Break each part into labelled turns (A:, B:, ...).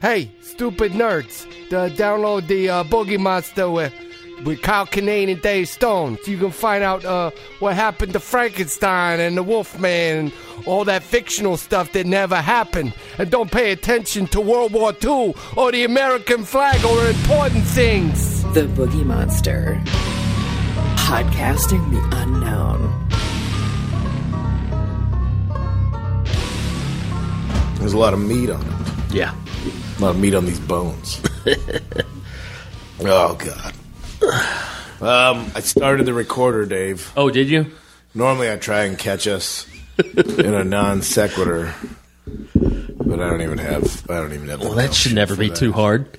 A: Hey, stupid nerds, uh, download the uh, Boogie Monster with, with Kyle Kinane and Dave Stone. So you can find out uh, what happened to Frankenstein and the Wolfman and all that fictional stuff that never happened. And don't pay attention to World War II or the American flag or important things.
B: The Boogie Monster. Podcasting the unknown.
C: There's a lot of meat on it.
D: Yeah.
C: A lot of meat on these bones. oh God. Um, I started the recorder, Dave.
D: Oh, did you?
C: Normally, I try and catch us in a non sequitur, but I don't even have. I don't even have.
D: Well, Oh, that should never be too hard.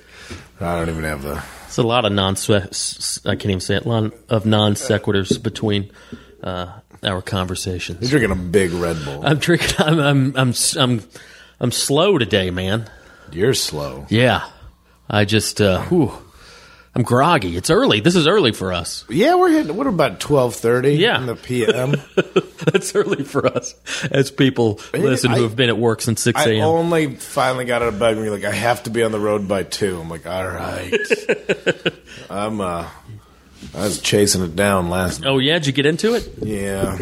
C: I don't even have the.
D: It's a lot of non. s- I can't even say it. Lot of non sequiturs between uh, our
C: You're
D: conversations.
C: drinking a big Red Bull.
D: I'm drinking. I'm. I'm. I'm. s- I'm, I'm slow today, man.
C: You're slow.
D: Yeah. I just. Uh, whew, I'm groggy. It's early. This is early for us.
C: Yeah, we're hitting. What about twelve thirty?
D: Yeah.
C: in the p.m.
D: That's early for us as people listen
C: I-
D: who have been at work since six
C: I
D: a.m.
C: only finally got out of bed and you're like, I have to be on the road by two. I'm like, all right. I'm uh I was chasing it down last night.
D: oh yeah, did you get into it?
C: Yeah.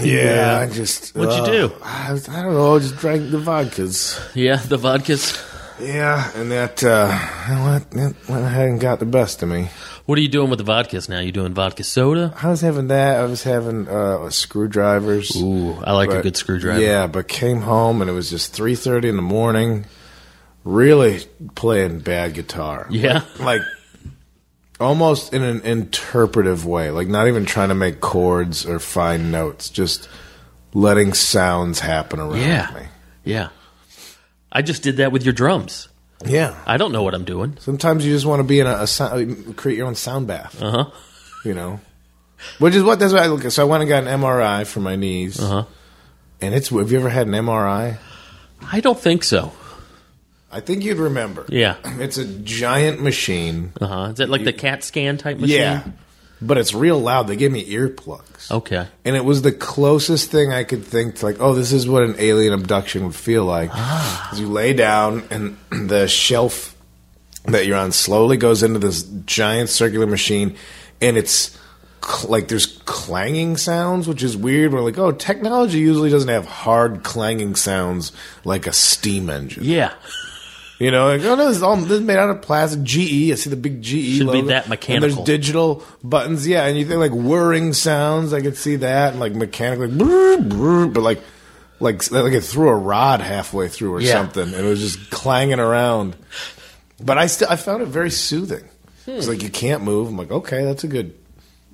C: Yeah, I just
D: What'd you
C: uh,
D: do?
C: I, was- I don't know, I just drank the vodkas.
D: Yeah, the vodkas.
C: Yeah, and that uh you know what that went ahead and got the best of me.
D: What are you doing with the vodkas now? You doing vodka soda?
C: I was having that, I was having uh screwdrivers.
D: Ooh, I like a
C: But-
D: good screwdriver.
C: Yeah, but came home and it was just three thirty in the morning. Really playing bad guitar.
D: Yeah.
C: like almost in an interpretive way. Like not even trying to make chords or find notes. Just letting sounds happen around
D: Yeah. Yeah. I just did that with your drums.
C: me. Yeah.
D: I don't know what I'm doing.
C: Sometimes you just want to be in a, a sound, create your own sound bath.
D: Uh huh.
C: You know. Which is what that's what I look at. So I went and got an MRI for my knees.
D: Uh huh.
C: And it's have you ever had an MRI?
D: I don't think so.
C: I think you'd remember.
D: Yeah.
C: It's a giant machine.
D: Uh huh. Is that like the CAT scan type machine?
C: Yeah. But it's real loud. They gave me earplugs.
D: Okay.
C: And it was the closest thing I could think to, like, oh, this is what an alien abduction would feel like. 'Cause you lay down, and the shelf that you're on slowly goes into this giant circular machine, and it's cl- like there's clanging sounds, which is weird. We're like, oh, technology usually doesn't have hard clanging sounds like a steam engine.
D: Yeah.
C: You know, like, oh no, this is all this is made out of plastic. GE, I see the big GE.
D: Should be
C: logo.
D: that
C: And there's
D: mechanical.
C: digital buttons, yeah, and you think like whirring sounds. I could see that, and like mechanical, like, brrr, brrr, but like, like like it threw a rod halfway through or
D: Yeah.
C: something, and it was just clanging around. But I still I found it very soothing.
D: Hmm.
C: It's like you can't move. I'm like, okay, that's a good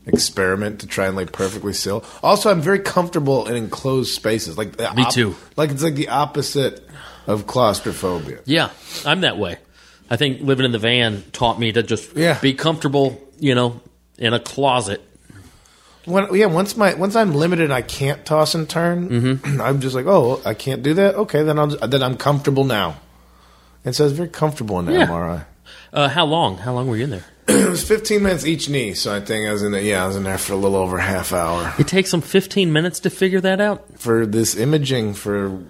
C: experiment to try and like perfectly still. Also, I'm very comfortable in enclosed spaces. Like the
D: Me too.
C: Like it's like the opposite of claustrophobia.
D: Yeah. I'm that way. I think living in the van taught me to just
C: Yeah.
D: be comfortable, you know, in a closet.
C: When, yeah, once my once I'm limited, I can't toss and turn. I'm just like, oh, I can't do that. Okay, then I'll just, then I'm comfortable now. And so I was very comfortable in the
D: Yeah.
C: MRI.
D: Uh, how long? How long were you in there?
C: It was 15 minutes each knee, so I think I was in there. Yeah, I was in there for a little over half hour
D: It takes them 15 minutes to figure that out.
C: for this imaging for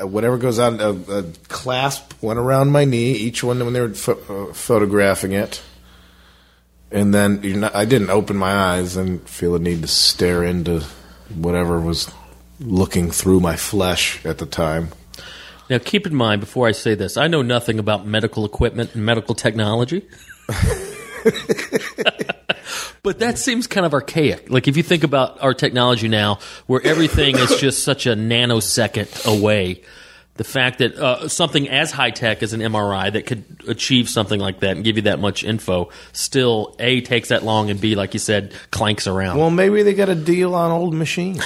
C: whatever goes on. A, a clasp went around my knee. Each one when they were pho- uh, photographing it. And then you know, I didn't open my eyes and feel the need to stare into whatever was looking through my flesh at the time.
D: Now, keep in mind before I say this, I know nothing about medical equipment and medical technology. but that seems kind of archaic. Like, if you think about our technology now, where everything is just such a nanosecond away, the fact that uh, something as high tech as an MRI that could achieve something like that and give you that much info still, A, takes that long, and B, like you said, clanks around.
C: Well, maybe they got a deal on old machines.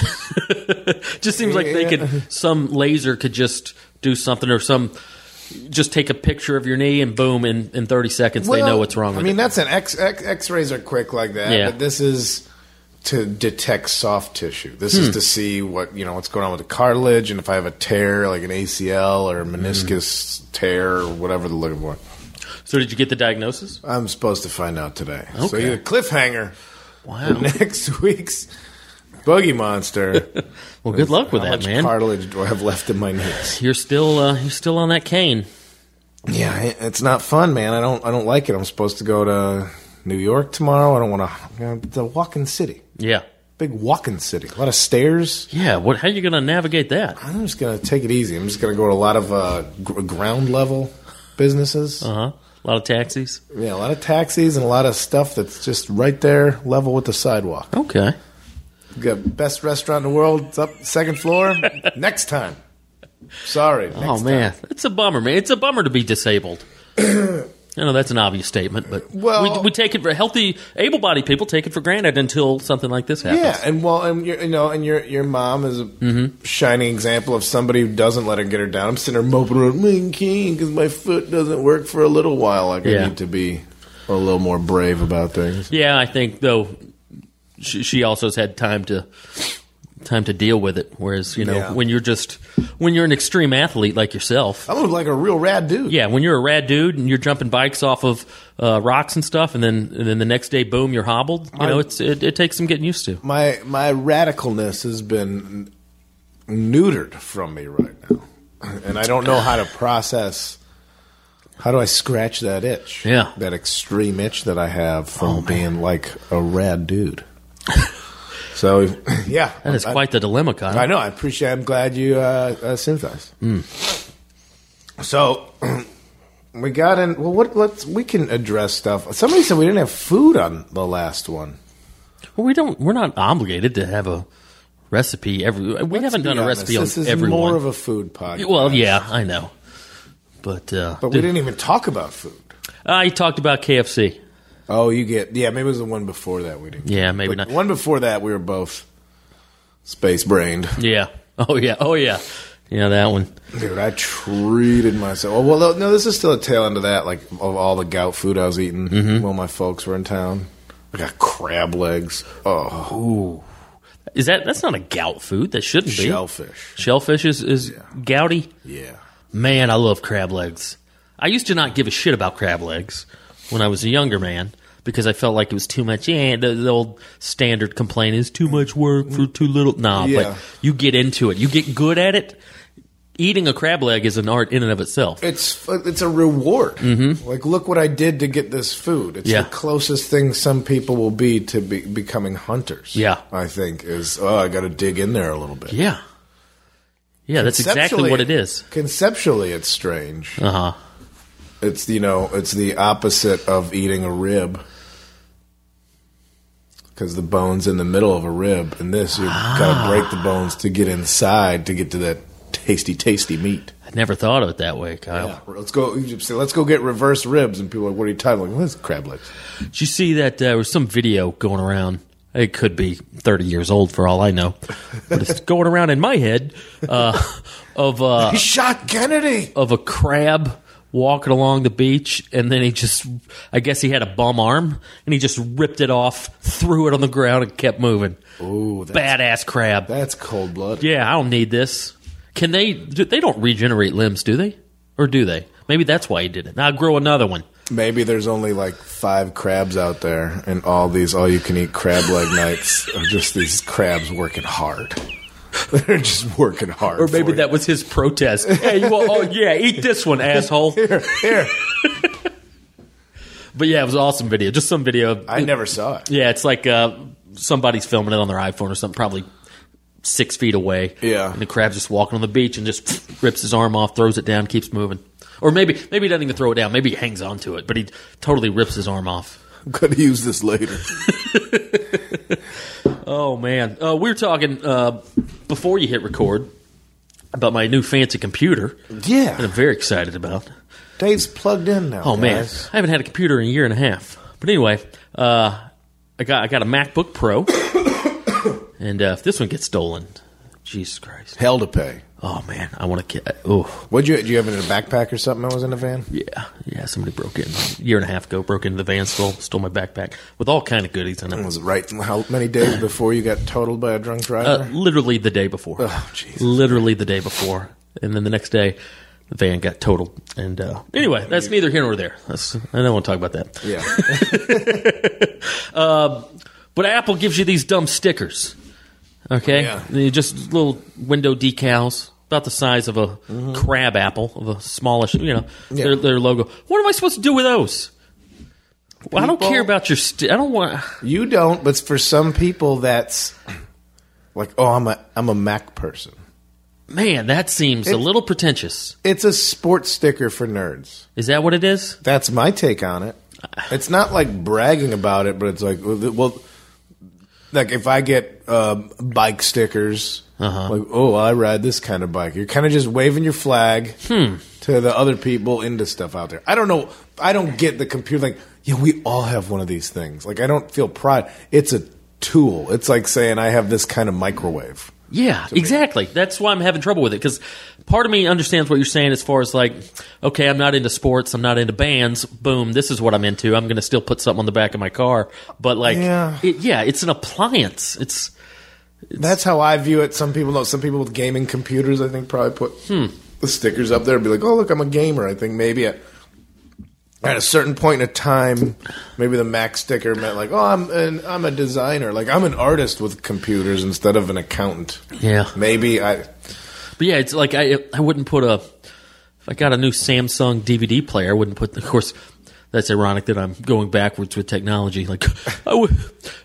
D: just seems like they could some laser could just do something or some just take a picture of your knee and boom in, in 30 seconds they know what's wrong
C: I
D: with
C: mean,
D: it
C: that's an X, X X-rays are quick like that,
D: Yeah.
C: but this is to detect soft tissue. This
D: Hmm.
C: is to see what you know what's going on with the cartilage and if I have a tear like an ACL or a
D: Hmm.
C: meniscus tear or whatever they're looking for.
D: so did you get the diagnosis
C: I'm supposed to find out today. So
D: Okay.
C: you're a cliffhanger for
D: wow
C: next week's Boogie Monster.
D: well good luck with
C: How
D: that
C: much
D: man
C: cartilage do I have left in my knees?
D: you're still uh, you're still on that cane
C: Yeah, I- it's not fun, man. I don't I don't like it. I'm supposed to go to New York tomorrow. I don't want to. The walking city,
D: Yeah.
C: big walking city, a lot of stairs.
D: Yeah. What? How are you going to navigate that?
C: I'm just gonna take it easy. I'm just gonna go to a lot of uh, gr- ground level businesses.
D: Uh huh. A lot of taxis.
C: Yeah, a lot of taxis and a lot of stuff that's just right there, level with the sidewalk.
D: Okay.
C: Got best restaurant in the world. It's up second floor. next time. Sorry. Next
D: oh man, it's a bummer, man. It's a bummer to be disabled. I know that's an obvious statement, but
C: Well-
D: we, we take it for healthy, able-bodied people take it for granted until something like this happens.
C: Yeah, and well, and your you know, and your your mom is a
D: Mm-hmm.
C: shining example of somebody who doesn't let her get her down. I'm sitting there moping around, man, King, because my foot doesn't work for a little while. Like
D: Yeah.
C: I need to be a little more brave about things.
D: Yeah, I think though she, she also has had time to time to deal with it. Whereas you know
C: Yeah.
D: when you're just when you're an extreme athlete like yourself,
C: I look like a real rad dude.
D: yeah, when you're a rad dude and you're jumping bikes off of uh, rocks and stuff, and then and then the next day, boom, you're hobbled. You know, it's it, it takes some getting used to.
C: My my radicalness has been neutered from me right now, and I don't know how to process. How do I scratch that itch?
D: Yeah. Oh,
C: that extreme itch that I have from being like a rad dude. so, yeah,
D: That is
C: I-
D: quite the dilemma, Kyle.
C: I know. I appreciate. I'm glad you uh, uh, sympathize.
D: Hmm.
C: So we got in. Well, what? Let's we can address stuff. Somebody said we didn't have food on the last one.
D: Well, we don't. We're not obligated to have a recipe every. We haven't done a
C: Be honest,
D: recipe
C: This
D: on
C: is
D: everyone.
C: more of a food podcast.
D: well, yeah, I know, but uh,
C: but we didn't even talk about food.
D: I talked about KFC.
C: Oh, you get yeah. Maybe it was the one before that we didn't.
D: Yeah, maybe
C: But
D: not.
C: The one before that we were both space brained.
D: Yeah. Oh yeah. Oh yeah. Yeah, that one.
C: Dude, I treated myself. Oh, well, no, this is still a tail end of that. Like of all the gout food I was eating
D: Mm-hmm.
C: while my folks were in town. I got crab legs. Oh,
D: Is that that's not a gout food? That shouldn't be.
C: shellfish.
D: Shellfish is is gouty.
C: Yeah,
D: Man, I love crab legs. I used to not give a shit about crab legs when I was a younger man because I felt like it was too much. Yeah, the, the old standard complaint is too much work for too little. Nah,
C: Yeah.
D: but you get into it. You get good at it. Eating a crab leg is an art in and of itself.
C: it's it's a reward. Mm-hmm. Like, look what I did to get this food. It's
D: Yeah.
C: the closest thing some people will be to be, becoming hunters.
D: Yeah.
C: I think is oh, I got to dig in there a little bit.
D: yeah. Yeah, that's exactly
C: Conceptually-
D: what it is.
C: Conceptually, it's strange.
D: Uh huh.
C: It's you know, it's the opposite of eating a rib. Because the bone's in the middle of a rib, and this you've
D: Ah.
C: got to break the bones to get inside to get to that tasty, tasty meat.
D: I never thought of it that way, Kyle.
C: Let's go. you just say, Let's go get reverse ribs, and people are like, "What are you talking? Like, what's crab legs?"
D: Did you see that uh, there was some video going around? It could be 30 years old for all I know, but it's going around in my head uh, of uh,
C: He shot Kennedy.
D: of a crab walking along the beach, and then he just, I guess he had a bum arm, and he just ripped it off, threw it on the ground, and kept moving.
C: Ooh, that's,
D: Badass crab.
C: that's cold blood.
D: yeah, I don't need this. Can they? do- They don't regenerate limbs, do they? Or do they? Maybe that's why he did it. Now grow another one.
C: Maybe there's only like five crabs out there, and all these all-you-can-eat crab leg nights are just these crabs working hard. They're just working hard.
D: Or maybe that was his protest. hey, well, oh yeah, eat this one, asshole.
C: here.
D: But yeah, it was an awesome video. Just some video.
C: I never saw it.
D: yeah, it's like uh, somebody's filming it on their iPhone or something, probably six feet away.
C: Yeah.
D: and the crab's just walking on the beach and just rips his arm off, throws it down, keeps moving. Or maybe maybe he doesn't even throw it down. Maybe he hangs on to it, but he totally rips his arm off.
C: I'm gonna use this later.
D: Oh man, uh, we were talking uh, before you hit record about my new fancy computer that I'm
C: Yeah,
D: very excited about.
C: Dave's plugged in now.
D: Oh man,
C: guys.
D: I haven't had a computer in a year and a half. But anyway, uh, I got I got a MacBook Pro, and uh, if this one gets stolen, Jesus Christ!
C: hell to pay.
D: Oh man, I want to. Oh
C: What'd you? Do you have it in a backpack or something? I was in a van.
D: yeah, yeah. Somebody broke in a year and a half ago. Broke into the van, stole stole my backpack with all kind of goodies in it.
C: Was it right? How many days before you got totaled by a drunk
D: Uh,
C: driver?
D: literally the day before.
C: Oh, Jesus.
D: Literally the day before, and then the next day. The van got totaled, and uh, anyway, that's neither here nor there. That's, I don't want to talk about that.
C: yeah.
D: But Apple gives you these dumb stickers. Okay?
C: Oh, Yeah.
D: They're Just little window decals. about the size of a
C: Mm-hmm.
D: crab apple, of a smallish, you know, their, their logo. What am I supposed to do with those? Well, I don't
C: People-
D: care about your. St- I don't want.
C: You don't, but for some people, that's like, oh, I'm a I'm a Mac person.
D: Man, that seems a little pretentious.
C: It's a sports sticker for nerds.
D: Is that what it is?
C: That's my take on it. It's not like bragging about it, but it's like, well, like if I get uh, bike stickers, like, oh, I ride this kind of bike. You're kind of just waving your flag to the other people into stuff out there. I don't know. I don't get the computer. Like, yeah, we all have one of these things. Like, I don't feel pride. It's a tool. It's like saying I have this kind of microwave.
D: Yeah, exactly. That's why I'm having trouble with it because part of me understands what you're saying as far as like, okay, I'm not into sports, I'm not into bands. Boom, this is what I'm into. I'm going to still put something on the back of my car, but like,
C: Yeah.
D: it, yeah it's an appliance. It's
C: That's how I view it. Some people know. Some people with gaming computers, I think, probably put the stickers up there and be like, "Oh, look, I'm a gamer." I think maybe at, at a certain point in time, maybe the Mac sticker meant like, "Oh, I'm an, I'm a designer. Like I'm an artist with computers instead of an accountant."
D: Yeah.
C: maybe I.
D: But yeah, it's like I I wouldn't put a if I got a new Samsung DVD player, I wouldn't put. Of course, that's ironic that I'm going backwards with technology. Like I would,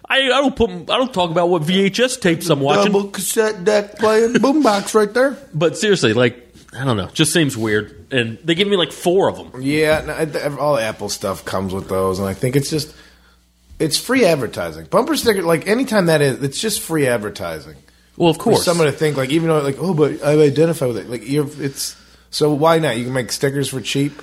D: I, I don't put I don't talk about what VHS tapes I'm watching.
C: Double cassette deck playing boombox right there.
D: But seriously, like I don't know, just seems weird. And they give me like four of them.
C: Yeah, no, I- th- all Apple stuff comes with those, and I think it's just it's free advertising. Bumper sticker, like anytime that is, it's just free advertising.
D: Well, of
C: for
D: course,
C: someone to think like even though like oh but I identify with it like you're it's so why not you can make stickers for cheap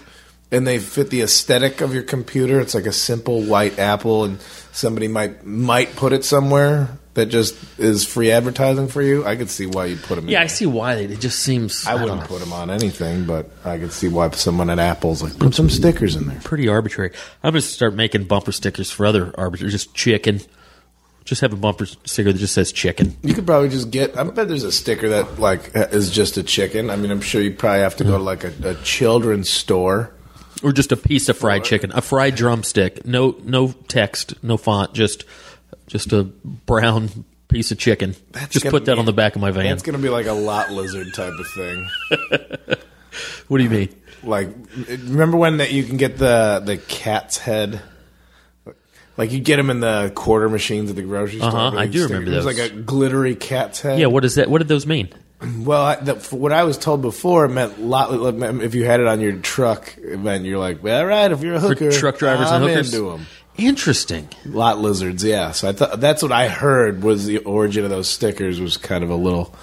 C: and they fit the aesthetic of your computer it's like a simple white apple and somebody might might put it somewhere that just is free advertising for you I could see why you put them in
D: yeah, I
C: there.
D: see why they. It just seems
C: I
D: I,
C: wouldn't
D: don't know,
C: put them on anything but I could see why someone at Apple's like put some stickers in there
D: pretty arbitrary. I'm gonna start making bumper stickers for other arbitrary, just chicken. Just have a bumper sticker that just says chicken.
C: you could probably just get I bet there's a sticker that like is just a chicken I mean I'm sure you probably have to go to like a, a children's store
D: or just a piece of fried chicken, a fried drumstick. No, no text, no font, just just a brown piece of chicken. just
C: gonna
D: put that
C: be-
D: on the back of my van.
C: It's gonna be like a lot lizard type of thing.
D: What do you mean?
C: Like, remember when that you can get the the cat's head? Like you get them in the quarter machines at the grocery store.
D: Uh-huh,
C: but
D: I
C: you
D: do
C: stick-
D: remember
C: There's
D: those.
C: like a glittery cat's head.
D: Yeah, what is that? What did those mean?
C: Well, I, the, for what I was told before it meant lot. it meant If you had it on your truck, it meant you're like, well, all right, if you're a
D: For
C: hooker,
D: truck drivers
C: I'm
D: and hookers.
C: into 'em."
D: Interesting.
C: Lot lizards, yeah. So I thought that's what I heard was the origin of those stickers was kind of a little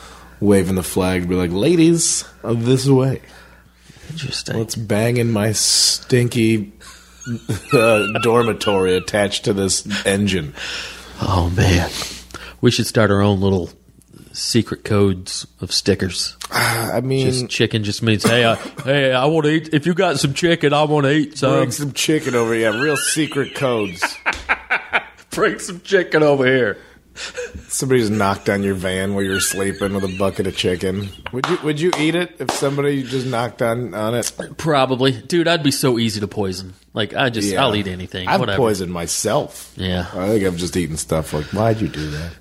C: waving the flag, to be like, ladies, this way.
D: Interesting.
C: Let's bang in my stinky uh, dormitory attached to this engine.
D: oh man, we should start our own little secret codes of stickers.
C: I mean,
D: Just chicken just means hey, I, hey, I want to eat. If you got some chicken, I want to eat some.
C: bring some chicken over here. Real secret codes.
D: bring some chicken over here.
C: Somebody's knocked on your van while you're sleeping with a bucket of chicken. Would you Would you eat it if somebody just knocked on on it?
D: Probably, dude. I'd be so easy to poison. Like I just,
C: Yeah.
D: I'll eat anything.
C: I've
D: whatever.
C: poisoned myself.
D: Yeah.
C: I think I've just eaten stuff like, why'd you do that?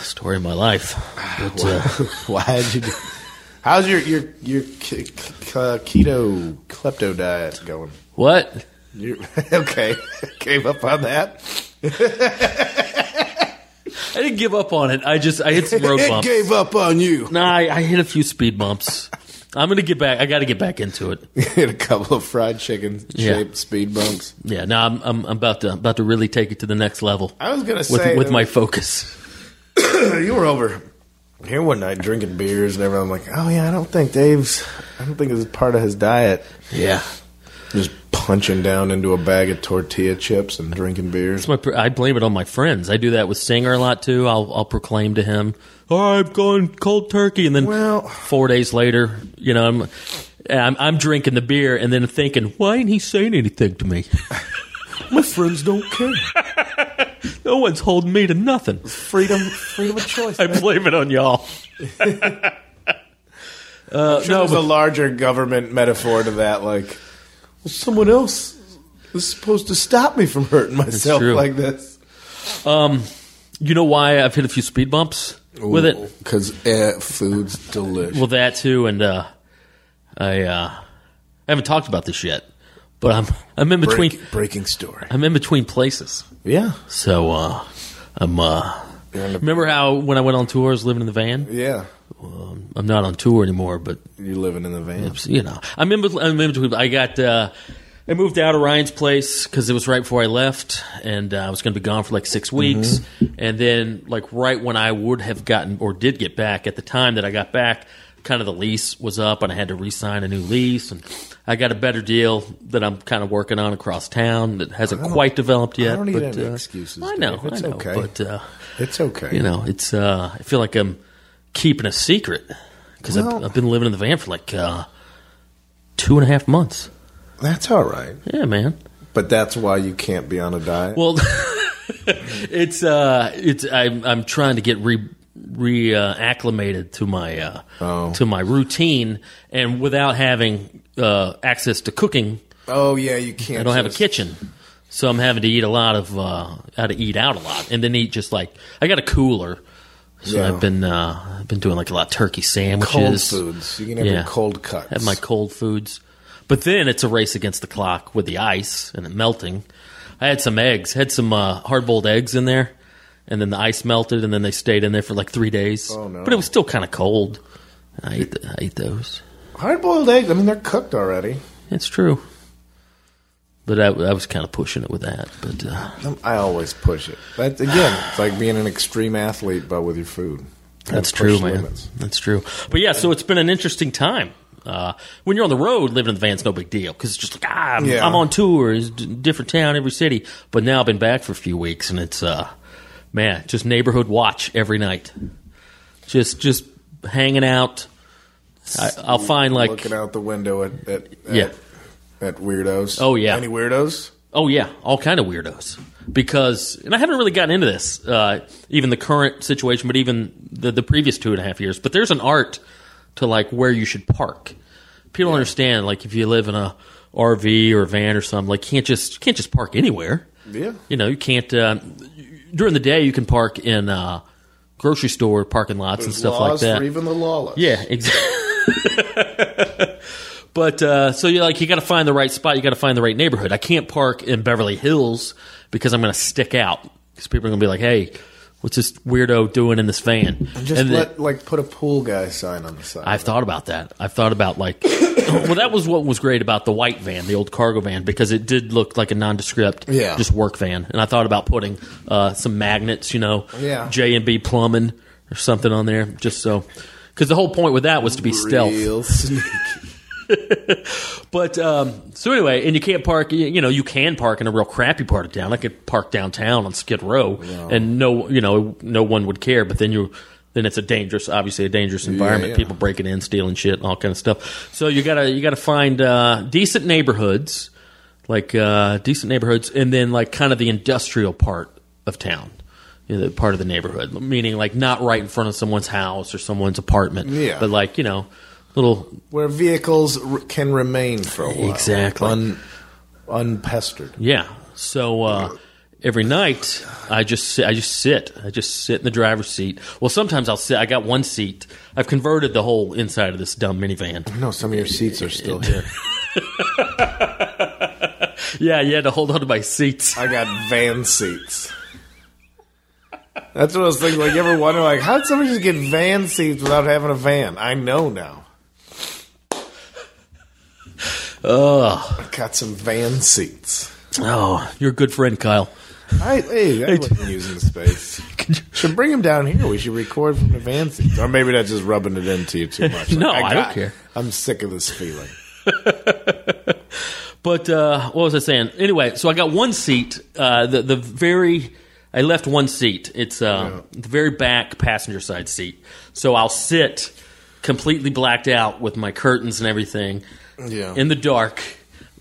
D: story of my life. But, uh,
C: why'd you? do How's your your your ke- ke- keto klepto diet going?
D: what?
C: you okay, gave up on that.
D: I didn't give up on it. I just I hit some road
C: it
D: bumps.
C: gave up on you.
D: no, I, I hit a few speed bumps. I'm gonna get back. I got to get back into it.
C: Hit a couple of fried chicken
D: Yeah.
C: shaped speed bumps.
D: Yeah, no, I'm, I'm I'm about to about to really take it to the next level.
C: I was gonna
D: with
C: say uh,
D: with my focus.
C: you were over here one night drinking beers and everything. I'm like, oh yeah, I don't think Dave's. I don't think it's part of his diet.
D: Yeah,
C: Just punching down into a bag of tortilla chips and drinking beers.
D: my pr- I blame it on my friends. I do that with Singer a lot too. I'll I'll proclaim to him, "All right, I'm going cold turkey," and then
C: Well-
D: four days later, you know, I'm. I'm, I'm drinking the beer and then thinking, why ain't he saying anything to me?
C: My friends don't care.
D: No one's holding me to nothing.
C: Freedom, freedom of choice.
D: I blame it on y'all. uh,
C: no,
D: no,
C: there's a
D: but
C: larger government metaphor to that. Like, well, someone else is supposed to stop me from hurting myself
D: true.
C: like this.
D: you know why I've hit a few speed bumps? with it.
C: because eh, food's delicious.
D: Well, that too, and uh, I uh, I haven't talked about this yet, but I'm I'm in between
C: Break- breaking story.
D: I'm in between places.
C: Yeah,
D: So uh, I'm uh,
C: You're in a-
D: remember how when I went on tour, I was living in the van.
C: yeah.
D: I'm not on tour anymore, but
C: You're living in the van.
D: you know, I'm in. bet- I'm in between. I got. Uh, I moved out of Ryan's place because it was right before I left, and uh, I was going to be gone for like
C: Mm-hmm.
D: six weeks. And then, like right when I would have gotten or did get back, at the time that I got back, kind of the lease was up, and I had to re-sign a new lease. And I got a better deal that I'm kind of working on across town that hasn't quite developed yet.
C: I don't need
D: but,
C: any
D: uh,
C: excuses,
D: I know.
C: Dave. It's
D: I know.
C: okay.
D: But uh,
C: It's okay.
D: you know, it's. Uh, I feel like I'm keeping a secret because I've,
C: Well-
D: I've been living in the van for like uh, two and a half months.
C: that's all right.
D: Yeah, man.
C: But that's why you can't be on a diet.
D: Well, it's. Uh, it's. I'm. I'm trying to get re re uh, acclimated to my uh,
C: Oh.
D: to my routine and without having uh, access to cooking,
C: oh yeah, you can't.
D: I don't have a
C: just-
D: kitchen. So I'm having to eat a lot of uh, how to eat out a lot, and then eat just like I got a cooler, so
C: Yeah.
D: I've been uh, I've been doing like a lot of turkey sandwiches,
C: Cold foods. You can have your cold cuts.
D: Have my cold foods, but then it's a race against the clock with the ice and it melting. I had some eggs, had some uh, hard boiled eggs in there, and then the ice melted, and then they stayed in there for like three days.
C: Oh, no.
D: But it was still kind of cold. I ate th- I ate those.
C: Hard boiled eggs. I mean, they're cooked already.
D: It's true. But I, I was kind of pushing it with that. But uh,
C: Um, I always push it. That again, it's like being an extreme athlete, but with your food.
D: that's
C: Push
D: true, man.
C: limits.
D: That's true. But yeah, so it's been an interesting time. Uh, when you're on the road, living in the van's no big deal because it's just like ah, I'm,
C: Yeah.
D: I'm on tour, it's d- different town, every city. But now I've been back for a few weeks, and it's uh, man, just neighborhood watch every night, just just hanging out. I, I'll find like
C: Looking out the window at, at, at
D: Yeah.
C: at weirdos.
D: Oh, yeah.
C: any weirdos?
D: Oh yeah, all kind of weirdos. Because, and I haven't really gotten into this, uh, even the current situation, but even the the previous two and a half years. But there's an art to like where you should park. People don't understand like if you live in a RV or a van or something, like you can't just you can't just park anywhere.
C: Yeah.
D: You know, you can't uh, during the day. You can park in uh, grocery store parking lots and stuff
C: Laws
D: like that.
C: for even the lawless.
D: Yeah, exactly. but uh, so you like you got to find the right spot. You got to find the right neighborhood. I can't park in Beverly Hills because I'm going to stick out because people are going to be like, "Hey, what's this weirdo doing in this van?"
C: Just
D: And
C: let
D: then-
C: like put a pool guy sign on the side.
D: I've thought about that. I've thought about like, well, that was what was great about the white van, the old cargo van, because it did look like a nondescript,
C: Yeah.
D: just work van. And I thought about putting uh, some magnets, you know,
C: Yeah.
D: J and B plumbing or something on there, just so. Because the whole point with that was to be stealth.
C: Real sneaky.
D: But um, so anyway, and you can't park. You, you know, you can park in a real crappy part of town. I could park downtown on Skid Row, and no, you know, no one would care. But then you, then it's a dangerous, obviously a dangerous environment.
C: yeah.
D: People breaking in, stealing shit, and all kind of stuff. So you gotta you gotta find uh, decent neighborhoods, like uh, decent neighborhoods, and then like kind of the industrial part of town. You know, the part of the neighborhood, meaning like not right in front of someone's house or someone's apartment,
C: Yeah.
D: but like you know, little
C: where vehicles r- can remain for a while,
D: Exactly.
C: Un- unpestered.
D: Yeah. So uh, every night I just sit, I just sit I just sit in the driver's seat. Well, sometimes I'll sit. I got one seat. I've converted the whole inside of this dumb minivan.
C: No, some of your seats are still here.
D: Yeah, you had to hold on to my seats.
C: I got van seats. That's what I was thinking. Like, you ever wonder, like, how did somebody just get van seats without having a van? I know now. Ugh. I got some van seats.
D: Oh, you're a good friend, Kyle.
C: I, hey, I wasn't using the space. Should bring him down here. We should record from the van seats. Or maybe that's just rubbing it into you too much. Like,
D: No, I don't
C: got-
D: care.
C: I'm sick of this feeling.
D: But uh, what was I saying? Anyway, so I got one seat. Uh, the the very I left one seat. It's uh, the very back passenger side seat. So I'll sit completely blacked out with my curtains and everything.
C: Yeah.
D: In the dark,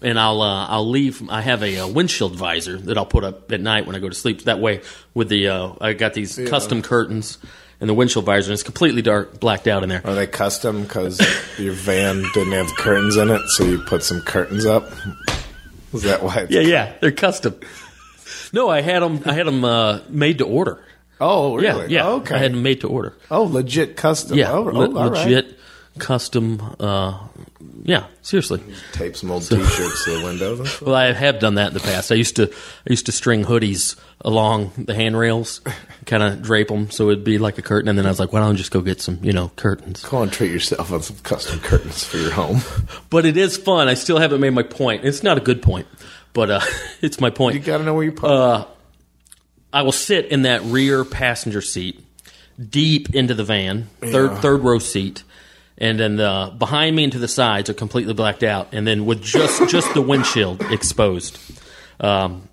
D: and I'll uh, I'll leave. I have a, uh windshield visor that I'll put up at night when I go to sleep. That way, with the uh, I got these custom curtains and the windshield visor, and it's completely dark, blacked out in there.
C: Are they custom because your van didn't have curtains in it, so you put some curtains up? Is that why? It's
D: Yeah, yeah, they're custom. No, I had them. I had 'em, uh, made to order.
C: Oh,
D: Yeah,
C: really?
D: yeah.
C: Okay.
D: I had them made to order.
C: oh, legit custom.
D: Yeah,
C: Oh,
D: le-
C: oh, all right.
D: legit custom. Uh, yeah, seriously.
C: Tapes mold T-shirts to the window.
D: Well, I have done that in the past. I used to I used to string hoodies along the handrails, kind of drape them so it'd be like a curtain. And then I was like, why don't I just go get some, you know, curtains?
C: Go and treat yourself on some custom curtains for your home.
D: But it is fun. I still haven't made my point. It's not a good point, but uh, it's my point.
C: You got to know where you put. Uh,
D: I will sit in that rear passenger seat, deep into the van, third
C: Yeah.
D: third row seat, and then the behind me and to the sides are completely blacked out, and then with just just the windshield exposed. Um,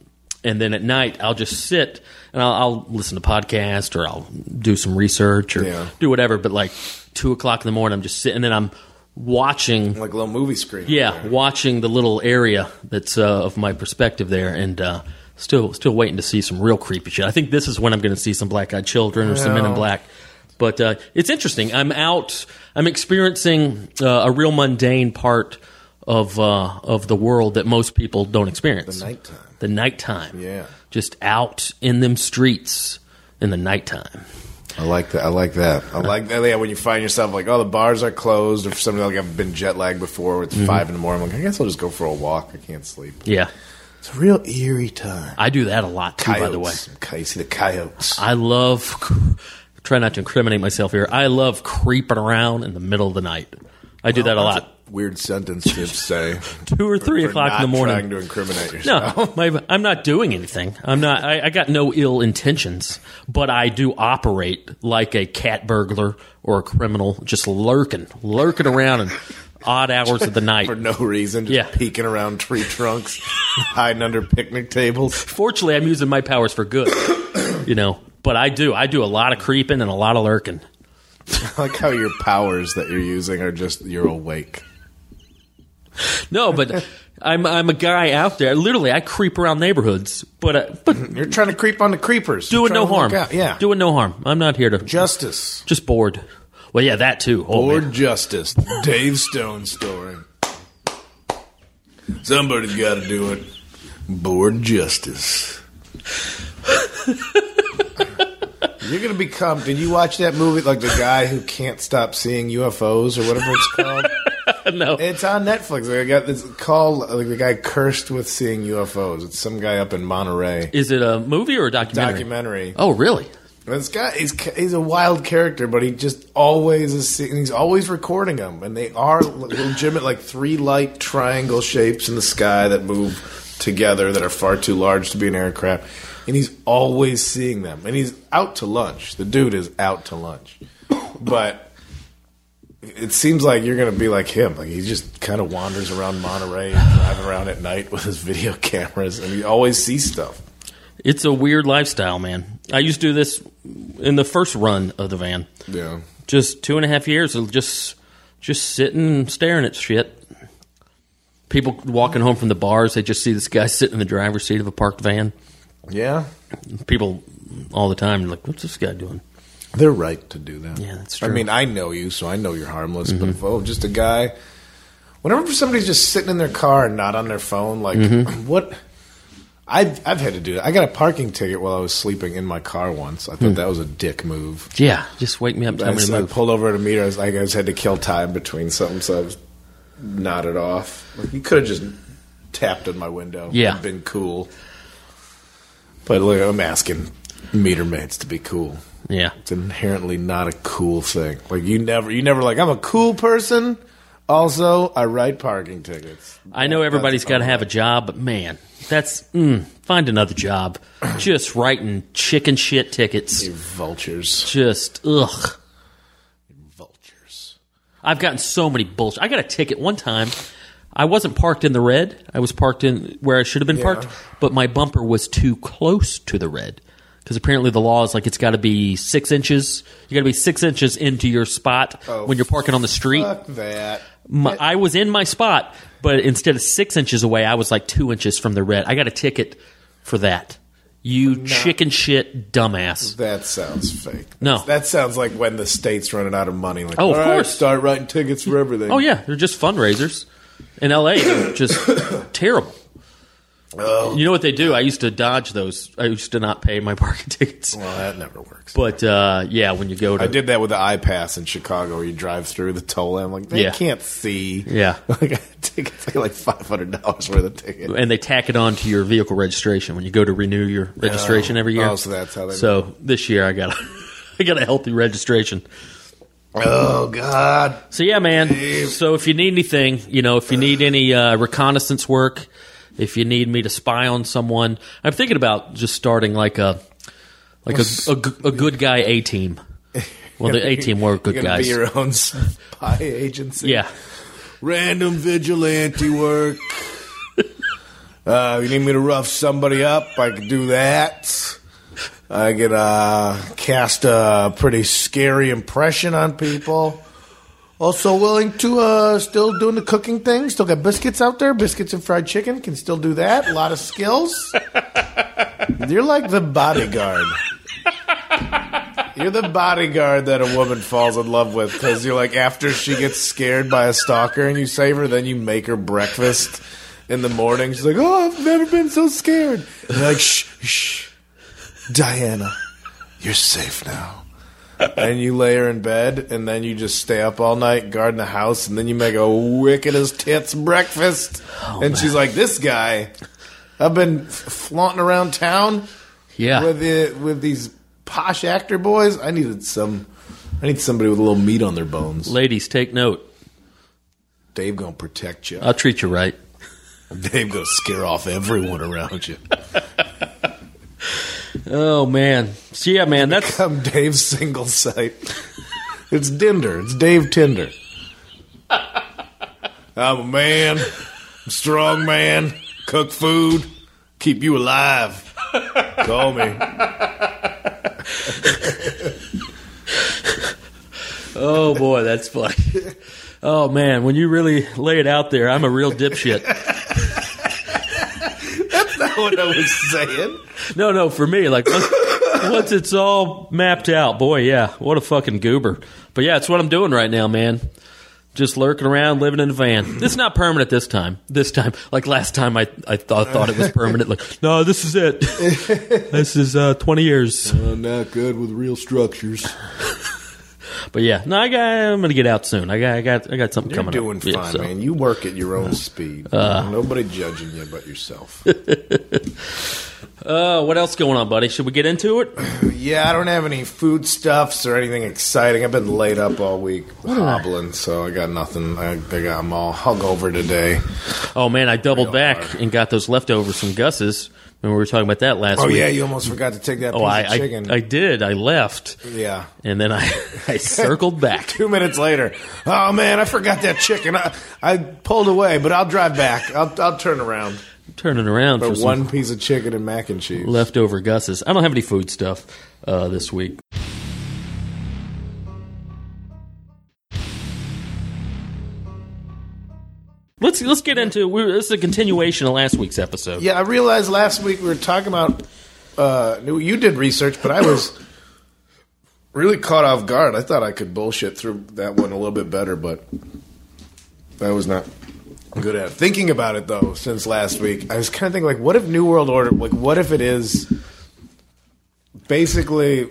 D: and then at night, I'll just sit and I'll, I'll listen to podcast or I'll do some research or
C: Yeah.
D: do whatever. But like two o'clock in the morning, I'm just sitting and then I'm watching
C: like a little movie screen.
D: yeah, watching the little area that's uh, of my perspective there, and uh, still still waiting to see some real creepy shit. I think this is when I'm going to see some black eyed children or some men in
C: Yeah.
D: black. But uh, it's interesting. I'm out. I'm experiencing uh, a real mundane part of uh, of the world that most people don't experience.
C: The nighttime.
D: The nighttime.
C: Yeah.
D: Just out in them streets in the nighttime.
C: I like that. I like that. I like that. Yeah, when you find yourself like, oh, the bars are closed, or for something like I've been jet lagged before. It's
D: Mm-hmm.
C: five in the morning. I'm like, I guess I'll just go for a walk. I can't sleep.
D: Yeah.
C: It's a real eerie time.
D: I do that a lot too. By the way.
C: Coyotes. Coy- You see the coyotes.
D: I love try not to incriminate myself here. I love creeping around in the middle of the night. I do that a
C: That's
D: lot.
C: weird sentence to say.
D: Two or three
C: For
D: o'clock
C: not
D: in the
C: Trying
D: morning.
C: to incriminate yourself.
D: No, my, I'm not doing anything. I'm not. I, I got no ill intentions, but I do operate like a cat burglar or a criminal, just lurking, lurking around in odd hours of the night.
C: For no reason, just
D: Yeah.
C: peeking around tree trunks, hiding under picnic tables.
D: Fortunately, I'm using my powers for good. You know, but I do. I do a lot of creeping and a lot of lurking.
C: I like how your powers that you're using are just you're awake.
D: No, but I'm I'm a guy out there. Literally, I creep around neighborhoods, but uh, but
C: You're trying to creep on the creepers. You're
D: doing no
C: Mm-hmm. trying to
D: harm.
C: look out. Yeah.
D: doing no harm. I'm not here to
C: justice.
D: just bored. Well, yeah, that too. Oh,
C: Lord
D: man.
C: Justice. Dave Stone story. Somebody's got to do it. Board Justice. You're gonna become. Did you watch that movie? Like the guy who can't stop seeing UFOs or whatever it's called.
D: no,
C: It's on Netflix. I got this call. Like the guy cursed with seeing UFOs. It's some guy up in Monterey.
D: is it a movie or a documentary?
C: Documentary.
D: Oh, really?
C: This guy, he's he's a wild character, but he just always is. see- He's always recording them, and they are legitimate, like three light triangle shapes in the sky that move together that are far too large to be an aircraft. And he's always seeing them, and he's out to lunch. The dude is out to lunch, but it seems like you're gonna be like him. Like he just kind of wanders around Monterey, and driving around at night with his video cameras, and he always sees stuff.
D: It's a weird lifestyle, man. I used to do this in the first run of the van.
C: Yeah.
D: Just two and a half years of just just sitting and staring at shit. People walking home from the bars, they just see this guy sitting in the driver's seat of a parked van.
C: Yeah.
D: People all the time, like, what's this guy doing?
C: They're right to do that.
D: Yeah, that's
C: I
D: true. Mm-hmm.
C: mean, I know you, so I know you're harmless. But if, oh, just a guy. Whenever somebody's just sitting in their car and not on their phone, like
D: Mm-hmm.
C: what? I've I've had to do that. I got a parking ticket while I was sleeping in my car once. I thought
D: Hmm.
C: that was a dick move.
D: Yeah, just wake me up. and Tell
C: I,
D: me to
C: I
D: move.
C: pulled over at a meter. I was like, I just had to kill time between something, so I was nodded off. Like, you could have just tapped on my window.
D: Yeah.
C: and been cool. But look, I'm asking meter maids to be cool.
D: Yeah.
C: It's inherently not a cool thing. Like you never, you never like I'm a cool person. Also, I write parking tickets.
D: I know everybody's
C: That's
D: got to
C: all
D: have a job, but man, that's mm, find another job. Just writing chicken shit tickets.
C: You vultures,
D: Just ugh.
C: vultures.
D: I've gotten so many bullshit. I got a ticket one time. I wasn't parked in the red. I was parked in where I should have been parked, but my bumper was too close to the red. Because apparently the law is like it's got to be six inches. You got to be six inches into your spot when you're parking on the street.
C: Oh, Fuck that.
D: my, I was in my spot, but instead of six inches away, I was like two inches from the red. I got a ticket for that. You chicken shit dumbass.
C: That sounds fake.
D: No.
C: that sounds like when the state's running out of money. Like,
D: Oh, of
C: "All right,
D: course.
C: start writing tickets for everything.
D: Oh yeah, they're just fundraisers in L.A. They're just terrible. You know what they do? I used to dodge those. I used to not pay my parking tickets.
C: Well, that never works.
D: But uh, yeah, when you go to
C: I did that with the iPass in Chicago where you drive through the toll. And I'm like, they
D: Yeah.
C: can't see.
D: Yeah.
C: Like, I think it's like $500 worth of ticket.
D: and they tack it on to your vehicle registration when you go to renew your registration every year.
C: Oh, so that's how they do
D: So this year I got a, I got a healthy registration.
C: Oh, God.
D: So yeah, man. So if you need anything, you know, if you need any uh, reconnaissance work, if you need me to spy on someone, I'm thinking about just starting like a like a a, g- a good guy A team. Well, the A team were good
C: You're going to
D: guys.
C: be your own spy agency.
D: yeah.
C: Random vigilante work. uh, you need me to rough somebody up? I could do that. I could uh, cast a pretty scary impression on people. Also willing to uh, still doing the cooking thing. Still got biscuits out there, biscuits and fried chicken. Can still do that. A lot of skills. You're like the bodyguard. You're the bodyguard that a woman falls in love with because you're like after she gets scared by a stalker and you save her, then you make her breakfast in the morning. She's like, "Oh, I've never been so scared." And you're like, "Shh, shh, Diana, you're safe now." And you lay her in bed, and then you just stay up all night guarding the house, and then you make a wicked as tits breakfast. and she's like, "This guy, I've been f- flaunting around town."
D: Yeah.
C: with the, with these posh actor boys. I needed some. I need somebody with a little meat on their bones.
D: Ladies, take note.
C: Dave gonna protect you.
D: I'll treat you right.
C: Dave gonna scare off everyone around you.
D: Oh man. So yeah, man. That's
C: Come Dave's single site. It's Dinder. It's Dave Tinder. I'm a man. I'm a strong man. Cook food. Keep you alive. Call me.
D: oh boy, that's funny. Oh man, when you really lay it out there, I'm a real dipshit.
C: That's what I was saying.
D: No, no, for me, like once, once it's all mapped out, boy, yeah, what a fucking goober. But yeah, it's what I'm doing right now, man. Just lurking around, living in a van. This is not permanent this time. This time, like last time, I I thought, thought it was permanent. Like, no, this is it. this is uh, 20 years.
C: I'm not good with real structures.
D: But yeah, no, I got, I'm gonna get out soon. I got, I got, I got something
C: You're
D: coming.
C: doing
D: up.
C: fine,
D: Yeah, so.
C: man. You work at your own speed. Nobody judging you but yourself.
D: Uh, what else going on, buddy? Should we get into it?
C: yeah, I don't have any foodstuffs or anything exciting. I've been laid up all week hobbling, so I got nothing. I think I'm all hungover today.
D: Oh man, I doubled back
C: hard.
D: and got those leftovers from Gus's. When we were talking about that last
C: Oh
D: week.
C: yeah, you almost forgot to take that piece
D: Oh, I,
C: of
D: I,
C: chicken.
D: I did. I left.
C: yeah.
D: And then I, I circled back.
C: Two minutes later, oh man, I forgot that chicken. I, I pulled away, but I'll drive back. I'll, I'll turn around.
D: Turning around for
C: But
D: some
C: one piece of chicken and mac and cheese.
D: leftover Gus's. I don't have any food stuff uh, this week. Let's let's get into we this is a continuation of last week's episode.
C: Yeah, I realized last week we were talking about. Uh, you did research, but I was really caught off guard. I thought I could bullshit through that one a little bit better, but I was not good at it. thinking about it though. Since last week, I was kind of thinking like, what if New World Order? Like, what if it is basically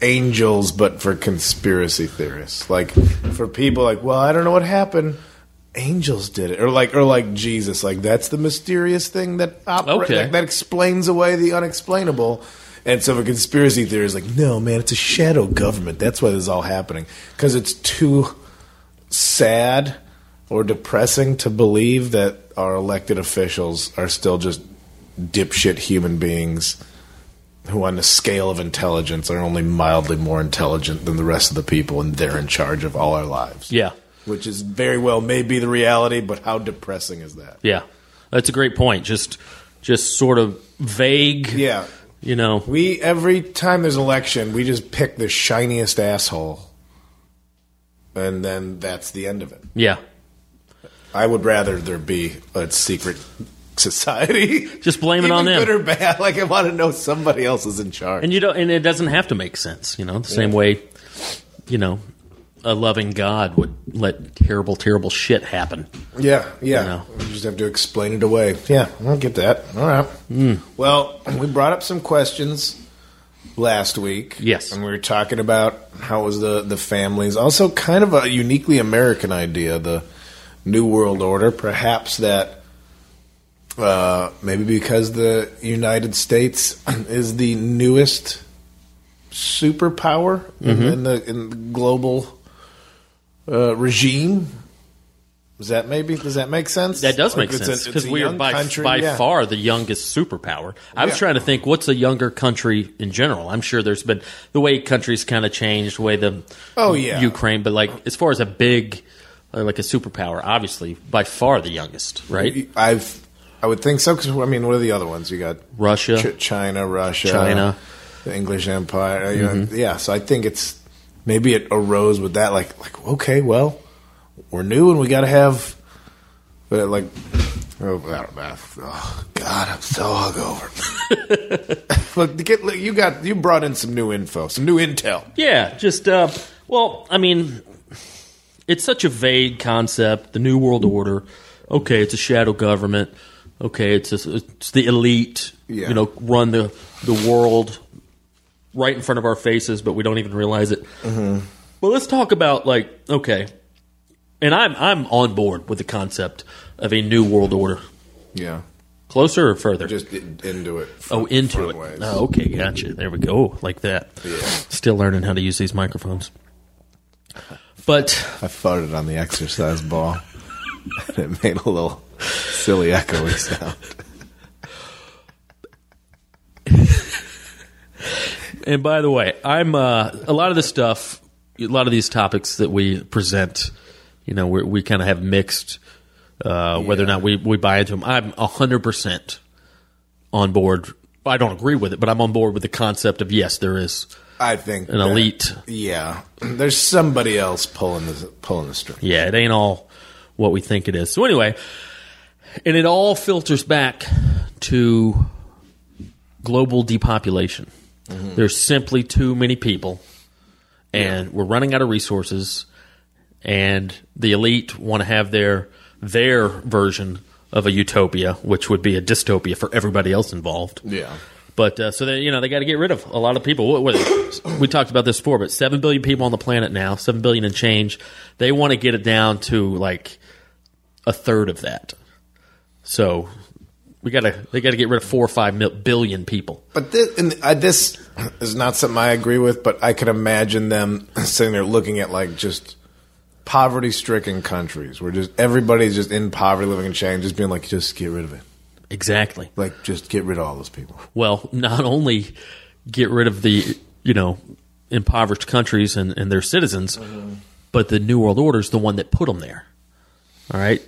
C: angels, but for conspiracy theorists. Like for people like, well, I don't know what happened. Angels did it, or like, or like Jesus. Like that's the mysterious thing that opera-
D: Okay.
C: that, that explains away the unexplainable. And so, a conspiracy theory is like, no, man, it's a shadow government. That's why this is all happening because it's too sad or depressing to believe that our elected officials are still just dipshit human beings who, on the scale of intelligence, are only mildly more intelligent than the rest of the people, and they're in charge of all our lives.
D: Yeah.
C: Which is very well may be the reality, but how depressing is that?
D: Yeah. That's a great point. Just just sort of vague.
C: Yeah.
D: You know.
C: We, every time there's an election, we just pick the shiniest asshole, and then that's the end of it.
D: Yeah.
C: I would rather there be a secret society.
D: Just blame it
C: Even
D: on them.
C: Good or bad. Like, I want to know somebody else is in charge.
D: And you don't and it doesn't have to make sense, you know, the same way, you know, a loving God would let terrible, terrible shit happen.
C: Yeah, yeah.
D: know.
C: You just have to explain it away. Hmm. Yeah, I'll get that. All right. Well, we brought up some questions last week.
D: Yes.
C: and we were talking about how was the the families. Also, kind of a uniquely American idea, the New World Order. Perhaps that. Uh, maybe because the United States is the newest superpower in, in the in the global uh, regime. Does that maybe does that make sense?
D: That does
C: Like,
D: make
C: it's a-
D: sense
C: it's
D: because
C: a
D: we are
C: young
D: by,
C: country,
D: by
C: yeah.
D: far the youngest superpower. I was
C: Yeah.
D: trying to think what's a younger country in general. I'm sure there's been the way countries kind of changed, the way the
C: Oh, yeah.
D: Ukraine, but like as far as a big uh, like a superpower, obviously by far the youngest, right?
C: I've I would think so because I mean, what are the other ones? You got
D: Russia.
C: Ch- China, Russia,
D: China. Mm-hmm.
C: the English Empire. You know, yeah, so I think it's maybe it arose with that. Like, like okay, well, we're new and we got to have, but like, oh, I don't know. Oh, God, I'm so hungover. Look, get, look, you got you brought in some new info, some new intel.
D: Yeah, just uh, well, I mean, it's such a vague concept. The New World Order. Okay, it's a shadow government. Okay, it's a, it's the elite.
C: Yeah.
D: You know, run the the world right in front of our faces, but we don't even realize it. Well, let's talk about like okay, and I'm I'm on board with the concept of a new world order.
C: Yeah,
D: Closer or further?
C: just i- into it.
D: oh,
C: front-
D: into
C: front
D: it.
C: ways.
D: Oh, okay, gotcha. There we go. Oh, Like that. Still learning how to use these microphones. But
C: I farted on the exercise ball, and it made a little silly echoing sound.
D: and by the way, I'm uh, a lot of this stuff, a lot of these topics that we present, you know, we're, we kind of have mixed uh, whether or not we, we buy into them. I'm hundred percent on board. I don't agree with it, but I'm on board with the concept of yes, there is
C: I think
D: an
C: that-
D: elite.
C: Yeah, there's somebody else pulling the pulling the string.
D: Yeah, it ain't all what we think it is. So anyway, and it all filters back to global depopulation. There's simply too many people, and we're running out of resources. And the elite want to have their their version of a utopia, which would be a dystopia for everybody else involved.
C: Yeah.
D: But uh, so they, you know, they got to get rid of a lot of people. What, what, we talked about this before, but seven billion people on the planet now, seven billion and change. They want to get it down to like a third of that. So we got to they got to get rid of four or five mil, billion people.
C: But this, and I, this is not something I agree with, but I could imagine them sitting there looking at like just poverty stricken countries where just everybody's just in poverty, living in shame, just being like, just get rid of it.
D: Exactly.
C: Like, just get rid of all those people.
D: Well, not only get rid of the you know impoverished countries and, and their citizens, but the New World Order is the one that put them there. All right.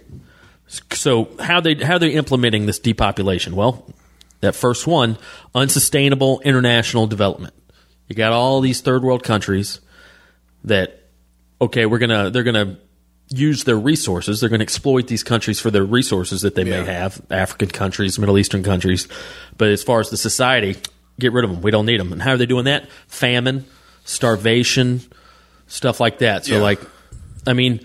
D: So how they how they implementing this depopulation? Well, that first one, unsustainable international development. You got all these third world countries that okay, we're gonna they're gonna use their resources. They're gonna exploit these countries for their resources that they
C: Yeah.
D: may have, African countries, Middle Eastern countries. But as far as the society, get rid of them. We don't need them. And how are they doing that? Famine, starvation, stuff like that. So
C: Yeah.
D: like, I mean.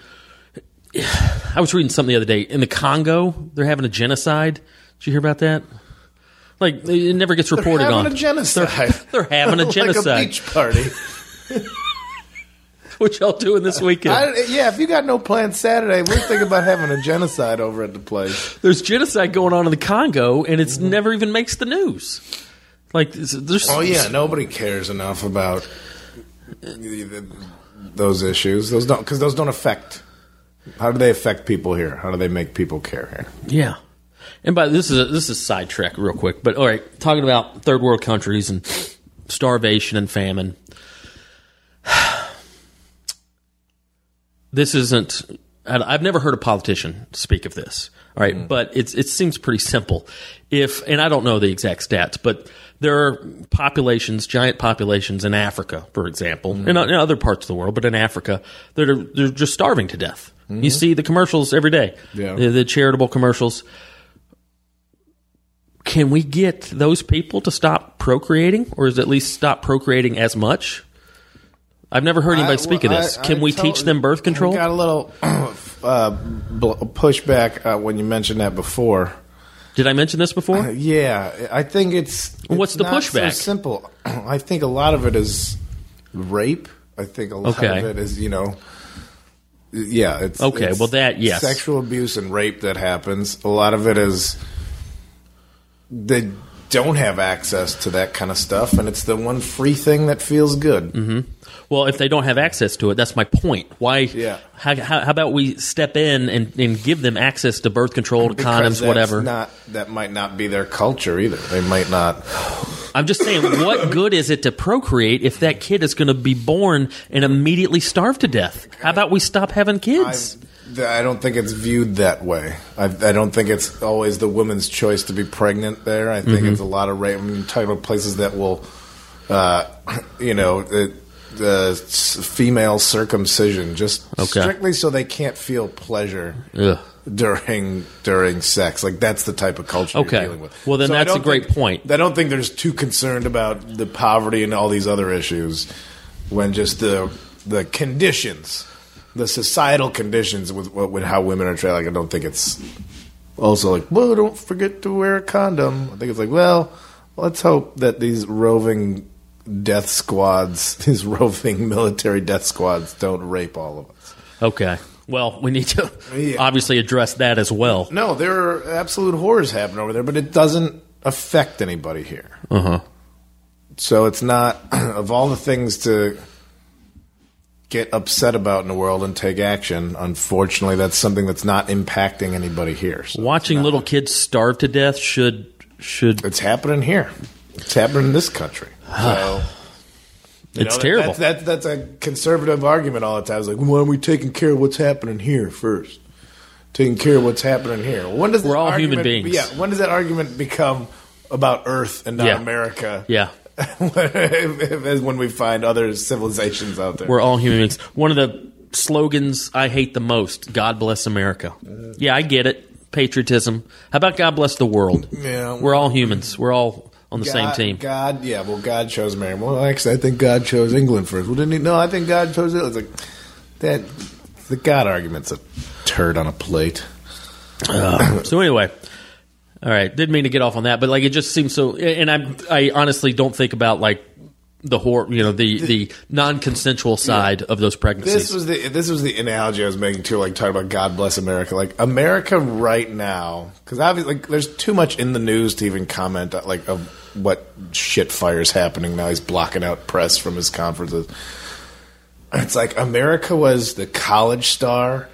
D: I was reading something the other day. In the Congo, they're having a genocide. Did you hear about that? Like it never gets reported
C: having
D: on.
C: a genocide.
D: They're, they're having a
C: like a
D: genocide,
C: beach party.
D: which y'all doing this weekend.
C: I, yeah, if you got no plans Saturday, we're thinking about having a genocide over at the place.
D: There's genocide going on in the Congo, and it's never even makes the news. Like it's- there's,
C: Oh yeah, nobody cares enough about those issues. Those don't because those don't affect. How do they affect people here? How do they make people care here?
D: yeah. And by this is a, this is sidetrack real quick, but all right, talking about third world countries and starvation and famine. this isn't I- I've never heard a politician speak of this. All right, but it's it seems pretty simple. If and I don't know the exact stats, but there are populations, giant populations in Africa, for example, and in other parts of the world, but in Africa, that are they're just starving to death. You see the commercials every day,
C: Yeah.
D: the, the charitable commercials. Can we get those people to stop procreating, or is at least stop procreating as much? I've never heard anybody
C: I-
D: speak
C: well,
D: of this.
C: I-
D: Can
C: I
D: we
C: told-
D: teach them birth control?
C: I got a little uh, bl- pushback uh, when you mentioned that before.
D: Did I mention this before?
C: Yeah, I think it's.
D: What's
C: it's
D: the
C: not so
D: pushback?
C: simple. I think a lot of it is rape. I think a lot
D: Okay.
C: of it is you know. Yeah, it's
D: Okay,
C: it's
D: well, that- yes.
C: sexual abuse and rape that happens. A lot of it is they don't have access to that kind of stuff, and it's the one free thing that feels good.
D: Mm-hmm. Well, if they don't have access to it, that's my point. Why?
C: Yeah.
D: How, how, how about we step in and, and give them access to birth control, to
C: Because
D: condoms,
C: that's
D: whatever?
C: Not that might not be their culture either. They might not.
D: I'm just saying, what good is it to procreate if that kid is going to be born and immediately starve to death? How about we stop having
C: I,
D: kids?
C: I don't think it's viewed that way. I, I don't think it's always the woman's choice to be pregnant there. I think it's a lot of rape. I mean, you're talking about places that will, uh, you know, the, the s- female circumcision just
D: Okay.
C: strictly so they can't feel pleasure.
D: Ugh.
C: During during sex, like that's the type of culture
D: Okay.
C: you're dealing with.
D: Well, then
C: I
D: that's a
C: don't
D: great
C: think-
D: point.
C: I don't think there's too concerned about the poverty and all these other issues when just the the conditions, the societal conditions with what with how women are treated. Like, I don't think it's also like, well, don't forget to wear a condom. I think it's like, well, let's hope that these roving death squads, these roving military death squads, don't rape all of us.
D: Okay. Well, we need to
C: Yeah.
D: obviously address that as well.
C: No, there are absolute horrors happening over there, but it doesn't affect anybody here.
D: Uh huh.
C: So it's not of all the things to get upset about in the world and take action. Unfortunately, that's something that's not impacting anybody here. So
D: Watching little kids starve to death should should
C: it's happening here. It's happening in this country. So, you
D: It's
C: that-
D: terrible.
C: That's, that's, that's a conservative argument all the time. It's like, why aren't we taking care of what's happening here first? Taking care of what's happening here. When does
D: We're
C: that
D: all human
C: argument-
D: beings.
C: Yeah. When does that argument become about Earth and not
D: Yeah.
C: America?
D: yeah.
C: when we find other civilizations out there.
D: We're all human beings. One of the slogans I hate the most: "God bless America." Yeah, I get it. Patriotism. How about "God bless the world"?
C: Yeah.
D: we're all humans. We're all on the same
C: God-
D: team.
C: God, yeah. Well, God chose Mary. Well, actually, I think God chose England first. Well, didn't he? No, I think God chose it. It's like that. The God argument's a turd on a plate.
D: So anyway, all right. Didn't mean to get off on that, but like it just seems so. And I, I honestly don't think about like the hor, you know, the the non-consensual side of those pregnancies.
C: This was the this was the analogy I was making too. Like talking about God bless America. Like America right now, because obviously like, there's too much in the news to even comment uh, like of what shit fires happening now. He's blocking out press from his conferences. It's like America was the college star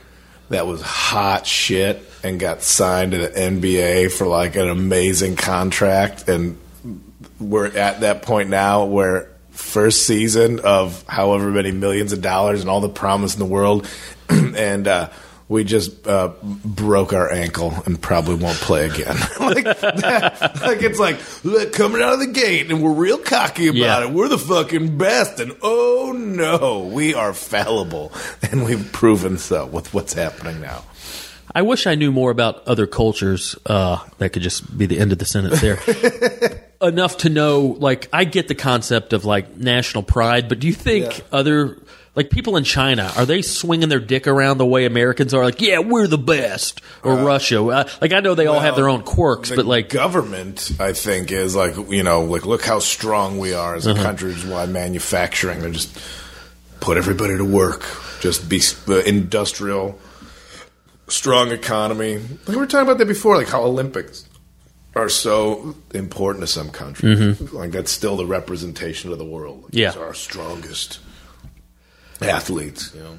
C: that was hot shit and got signed to the NBA for like an amazing contract and we're at that point now where first season of however many millions of dollars and all the promise in the world and uh we just uh, broke our ankle and probably won't play again. like, that, like it's like look, coming out of the gate, and we're real cocky about
D: Yeah.
C: it. We're the fucking best, and oh no, we are fallible, and we've proven so with what's happening now.
D: I wish I knew more about other cultures. Uh, that could just be the end of the sentence there. Enough to know, like, I get the concept of like national pride, but do you think
C: Yeah.
D: other, like, people in China, are they swinging their dick around the way Americans are? Like, yeah, we're the best. Or Russia. Uh, like, I know they all have their own quirks,
C: the
D: but like,
C: government, I think, is like you know, like look how strong we are as a
D: Uh-huh.
C: country. Is why manufacturing they just put everybody to work, just be s- the industrial, strong economy. Like we were talking about that before, like how Olympics are so important to some countries. Like that's still the representation of the world. Like,
D: Mm-hmm. Yeah.
C: these are our strongest athletes. You know?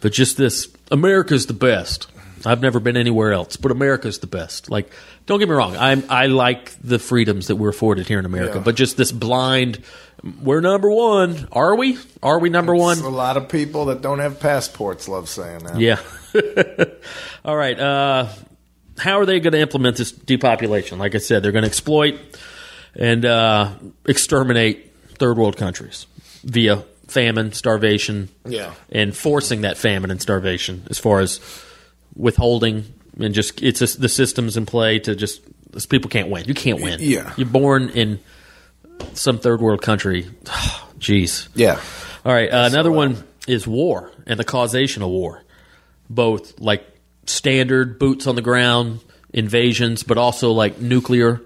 D: but just this America's the best. I've never been anywhere else, but America's the best. Like, don't get me wrong, I'm I like the freedoms that we're afforded here in America,
C: Yeah.
D: but just this blind, we're number one. Are we? Are we number one?
C: A lot of people that don't have passports love saying that.
D: Yeah. All right. Uh, how are they going to implement this depopulation? Like I said, they're going to exploit and uh, exterminate third world countries via famine, starvation,
C: Yeah.
D: and forcing that famine and starvation as far as withholding and just it's just the systems in play to just these people can't win. You can't win.
C: Yeah.
D: you're born in some third world country. Jeez.
C: yeah.
D: All right, uh, another one is war and the causation of war, both like standard boots on the ground invasions, but also like nuclear.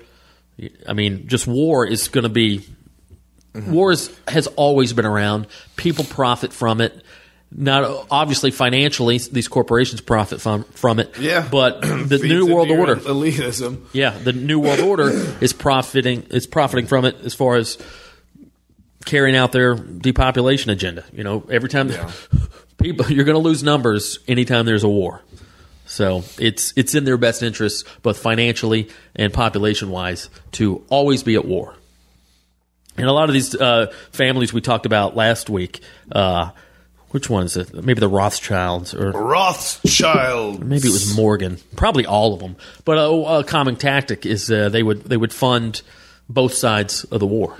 D: I mean, just war is going to be
C: Mm-hmm.
D: war is, has always been around. People profit from it. Not obviously financially, these corporations profit from from it.
C: Yeah.
D: but the
C: Feeds
D: new
C: into
D: world
C: your
D: order.
C: elitism.
D: Yeah, the New World Order is profiting is profiting from it as far as carrying out their depopulation agenda. You know, every time people you're going to lose numbers anytime there's a war. So it's it's in their best interests, both financially and population wise, to always be at war. And a lot of these uh, families we talked about last week, uh, which one is it? Maybe the Rothschilds or
C: Rothschild.
D: maybe it was Morgan, probably all of them. But a, a common tactic is uh, they would they would fund both sides of the war.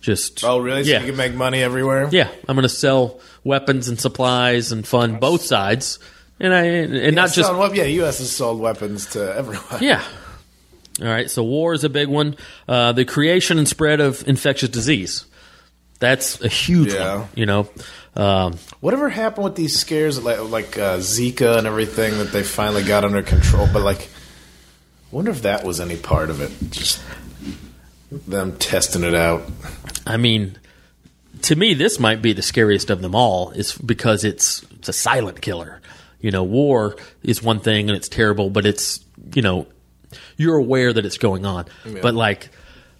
D: Just
C: Oh, really? So
D: Yeah,
C: you can make money everywhere?
D: yeah. I'm going to sell weapons and supplies and fund both sides, and I and not just
C: Sold wep- yeah, U.S. has sold weapons to everyone.
D: yeah. All right, so war is a big one. Uh, the creation and spread of infectious disease. That's a huge
C: Yeah.
D: one, you know. Um,
C: Whatever happened with these scares, like, like uh, Zika and everything, that they finally got under control? But like, wonder if that was any part of it. Just them testing it out.
D: I mean, to me, this might be the scariest of them all, is because it's it's a silent killer. You know, war is one thing and it's terrible, but it's you know, you're aware that it's going on. But like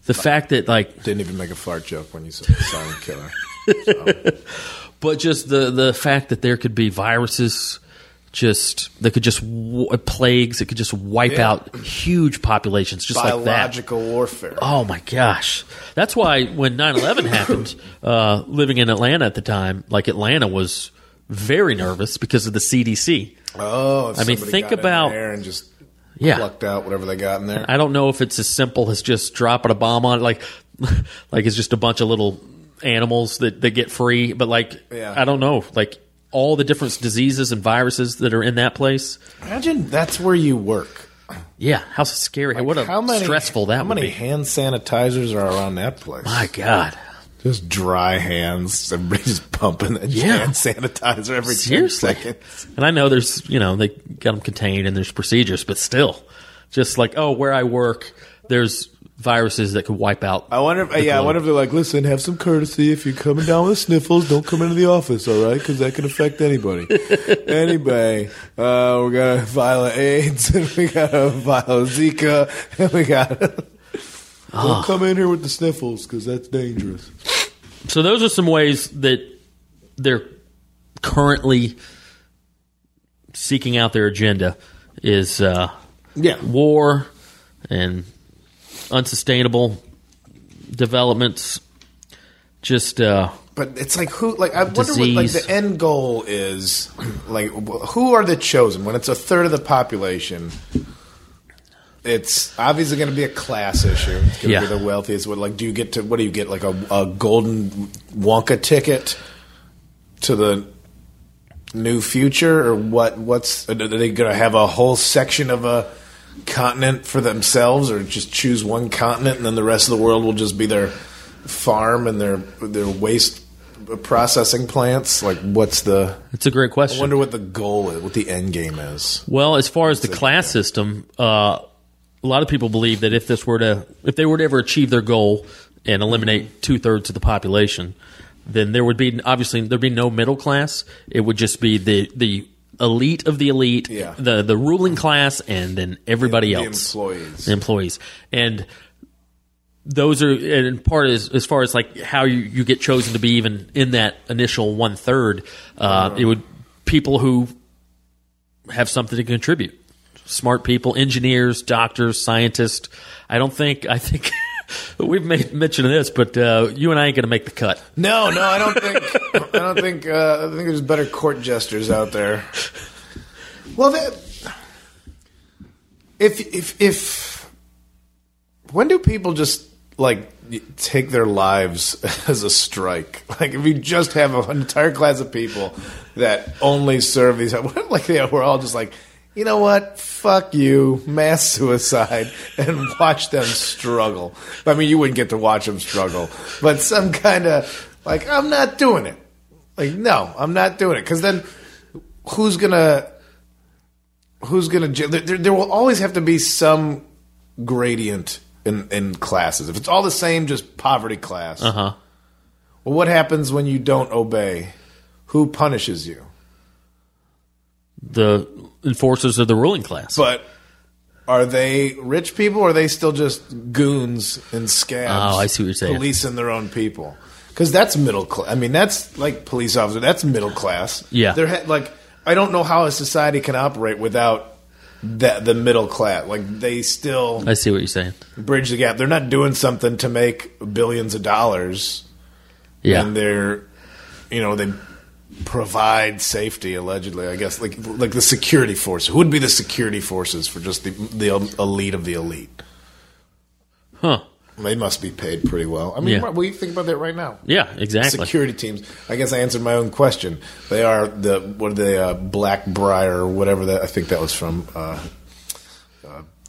D: the fact that like,
C: Didn't even make a fart joke when you said silent killer.
D: but just the the fact that there could be viruses. Just that could just w- plagues. It could just wipe
C: Yeah.
D: out huge populations, just like that.
C: Biological warfare.
D: Oh my gosh. That's why when 9 11 happened, uh, living in Atlanta at the time, like Atlanta was very nervous because of the CDC.
C: Oh, if
D: I mean,
C: somebody
D: think
C: got in
D: about-
C: there and just
D: Yeah.
C: plucked out whatever they got in there.
D: I don't know if it's as simple as just dropping a bomb on it. Like, like it's just a bunch of little animals that, that get free. But like,
C: Yeah.
D: I don't know. Like, all the different diseases and viruses that are in that place.
C: Imagine that's where you work.
D: Yeah. How scary. what a
C: how many,
D: stressful that
C: How
D: would
C: many
D: be.
C: hand sanitizers are around that place?
D: My God.
C: Just dry hands. Everybody just pumping that
D: Yeah.
C: hand sanitizer every 10
D: Seriously.
C: seconds.
D: And I know there's, you know, they got them contained and there's procedures, but still, just like, oh, where I work, there's viruses that could wipe out.
C: I wonder if, yeah, I
D: globe.
C: wonder if they're like, listen, have some courtesy. If you're coming down with sniffles, don't come into the office, all right? Because that can affect anybody. anyway, uh, we got a vial of AIDS, and we got a vial of Zika, and we got.
D: Ah.
C: Don't come in here with the sniffles because that's dangerous.
D: So those are some ways that they're currently seeking out their agenda is uh,
C: Yeah.
D: war and unsustainable developments. Just, uh,
C: But it's like who? Like I wonder what like
D: Disease.
C: the end goal is. Like wh- who are the chosen? When it's a third of the population, it's obviously going to be a class issue. It's going to
D: Yeah.
C: be the wealthiest. What like do you get to? What do you get? Like a, a golden Wonka ticket to the new future, or what? What's are they going to have a whole section of a continent for themselves, or just choose one continent and then the rest of the world will just be their farm and their their waste processing plants? Like, what's the?
D: it's a great
C: I
D: question.
C: wonder what the goal is, what the end game is.
D: Well, as far as the class system, uh, a lot of people believe that if this were to, if they were to ever achieve their goal and eliminate two thirds of the population, then there would be obviously there'd be no middle class. It would just be the the elite of the elite,
C: Yeah.
D: the the ruling class, and then everybody
C: The
D: else
C: employees.
D: the employees and those are and part is as far as like how you, you get chosen to be even in that initial one third uh,
C: Uh-huh.
D: it would people who have something to contribute smart people engineers doctors scientists i don't think i think we've made mention of this but uh, you and i ain't gonna make the cut
C: No, no, I don't think. I don't think. Uh, I think there's better court jesters out there. Well, that, if if if when do people just like take their lives as a strike? Like if you just have an entire class of people that only serve these, like yeah, we're all just like. You know what? Fuck you. Mass suicide and watch them struggle. I mean, you wouldn't get to watch them struggle, but some kind of like, I'm not doing it. Like, no, I'm not doing it. Because then, who's gonna, who's gonna? ju- There, there- there will always have to be some gradient in in classes. If it's all the same, just poverty class. Uh
D: Uh-huh.
C: huh. Well, what happens when you don't obey? Who punishes you?
D: The enforcers of the ruling class.
C: But are they rich people or are they still just goons and scabs?
D: Oh, I see what you're saying.
C: Policing their own people. Because that's middle class. I mean, that's like police officer. That's middle class.
D: Yeah.
C: They're ha- like, I don't know how a society can operate without that the middle class. Like, they still
D: I see what you're saying.
C: bridge the gap. They're not doing something to make billions of dollars.
D: Yeah.
C: And they're, you know, they provide safety allegedly. I guess like like the security force. Who would be the security forces for just the the elite of the elite?
D: huh.
C: They must be paid pretty well. I mean,
D: Yeah.
C: we think about that right now.
D: Yeah, exactly.
C: Security teams. I guess I answered my own question. They are the what are they? Uh, Black Briar or whatever that I think that was from. Uh,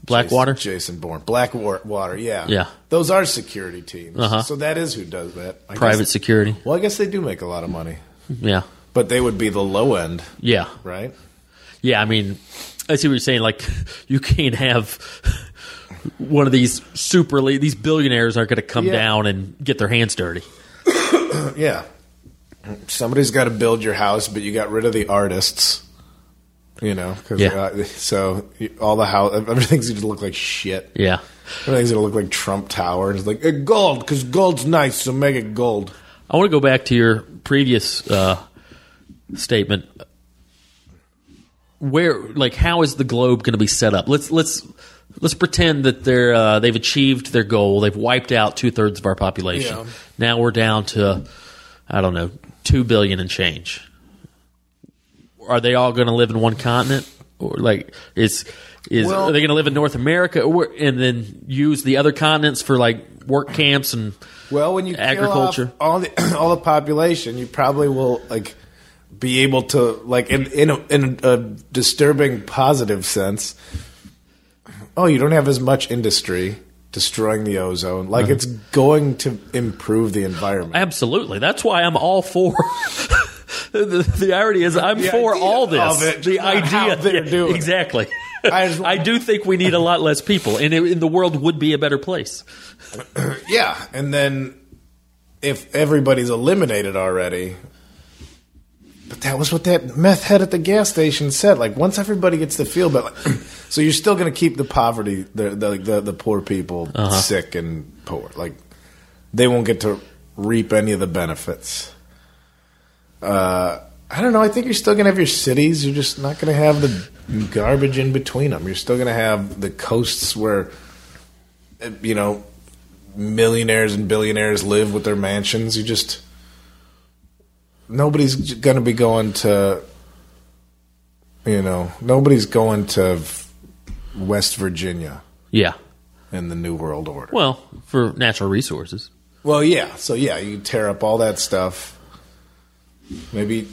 D: Blackwater?
C: Jason, Jason Bourne, Blackwater, yeah,
D: Yeah.
C: Those are security teams.
D: Uh-huh.
C: So that is who does that. I guess-
D: Private security.
C: Well, I guess they do make a lot of money,
D: Yeah.
C: but they would be the low end,
D: Yeah.
C: right?
D: Yeah, I mean, I see what you're saying. Like, you can't have one of these super le- these billionaires aren't going to come
C: Yeah.
D: down and get their hands dirty.
C: Yeah. Somebody's got to build your house, but you got rid of the artists. You know, 'cause,
D: Yeah.
C: uh, so you- all the house, everything's going to look like shit.
D: Yeah.
C: Everything's going to look like Trump Tower. It's like eh, gold because gold's nice, so make it gold.
D: I want to go back to your previous uh, statement. Where, like, how is the globe going to be set up? Let's let's let's pretend that they're uh, they've achieved their goal. They've wiped out two thirds of our population.
C: Yeah.
D: Now we're down to, I don't know, two billion and change. Are they all going to live in one continent, or like is is
C: Well-
D: are they going to live in North America, or, and then use the other continents for like work camps and
C: Well, when you
D: Agriculture.
C: kill off all the all the population, you probably will like be able to like in in a, in a disturbing positive sense. Oh, you don't have as much industry destroying the ozone. Like it's going to improve the environment.
D: Absolutely. That's why I'm all for. the, the irony is, I'm
C: The
D: for
C: idea
D: all this.
C: of it,
D: the
C: not
D: idea
C: how they're
D: Yeah,
C: doing it.
D: exactly.
C: I just-
D: I, do think we need a lot less people, and, it, and the world would be a better place.
C: yeah, and then if everybody's eliminated already. But that was what that meth head at the gas station said. Like once everybody gets to feel better, like, so you're still going to keep the poverty, the the the, the poor people sick and poor. Like they won't get to reap any of the benefits. Uh, I don't know. I think you're still going to have your cities. You're just not going to have the garbage in between them. You're still going to have the coasts where, uh, you know, millionaires and billionaires live with their mansions. You just nobody's going to be going to you know, nobody's going to v- West Virginia
D: Yeah.
C: in the new world order. Well,
D: Well, for natural resources.
C: yeah. So yeah, you tear up all that stuff. Maybe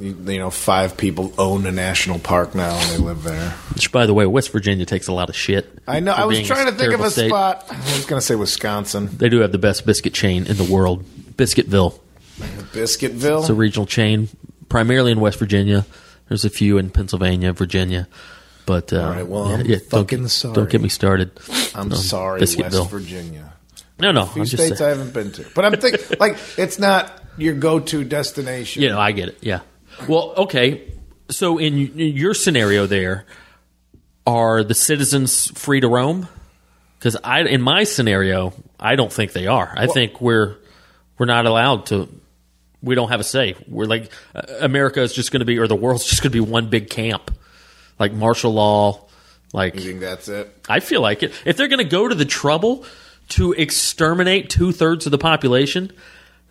C: you, you know, five people own a national park now and they live there.
D: Which, by the way, West Virginia takes a lot of shit.
C: I know.
D: for
C: I was
D: being
C: trying to think of
D: terrible
C: a
D: state.
C: spot. I was going to say Wisconsin,
D: They do have the best biscuit chain in the world, Biscuitville.
C: Biscuitville.
D: It's a regional chain, primarily in West Virginia. There's a few in Pennsylvania, Virginia, but uh,
C: All right, well, I'm
D: don't,
C: fucking
D: get-
C: sorry.
D: Don't get me started.
C: I'm
D: on
C: sorry,
D: Biscuitville.
C: West Virginia.
D: No, no,
C: few
D: I'm just
C: states I
D: saying.
C: haven't been to, but I'm thinking like it's not your go-to destination.
D: You know, I get it. Yeah. Well, okay. So in, in your scenario, there are the citizens free to roam? Because I, in my scenario, I don't think they are. I think we're we're not allowed to. We don't have a say. We're like uh, America is just going to be, or the world's just going to be one big camp, like martial law, like.
C: You think that's it?
D: I feel like it. If they're going to go to the trouble to exterminate two thirds of the population,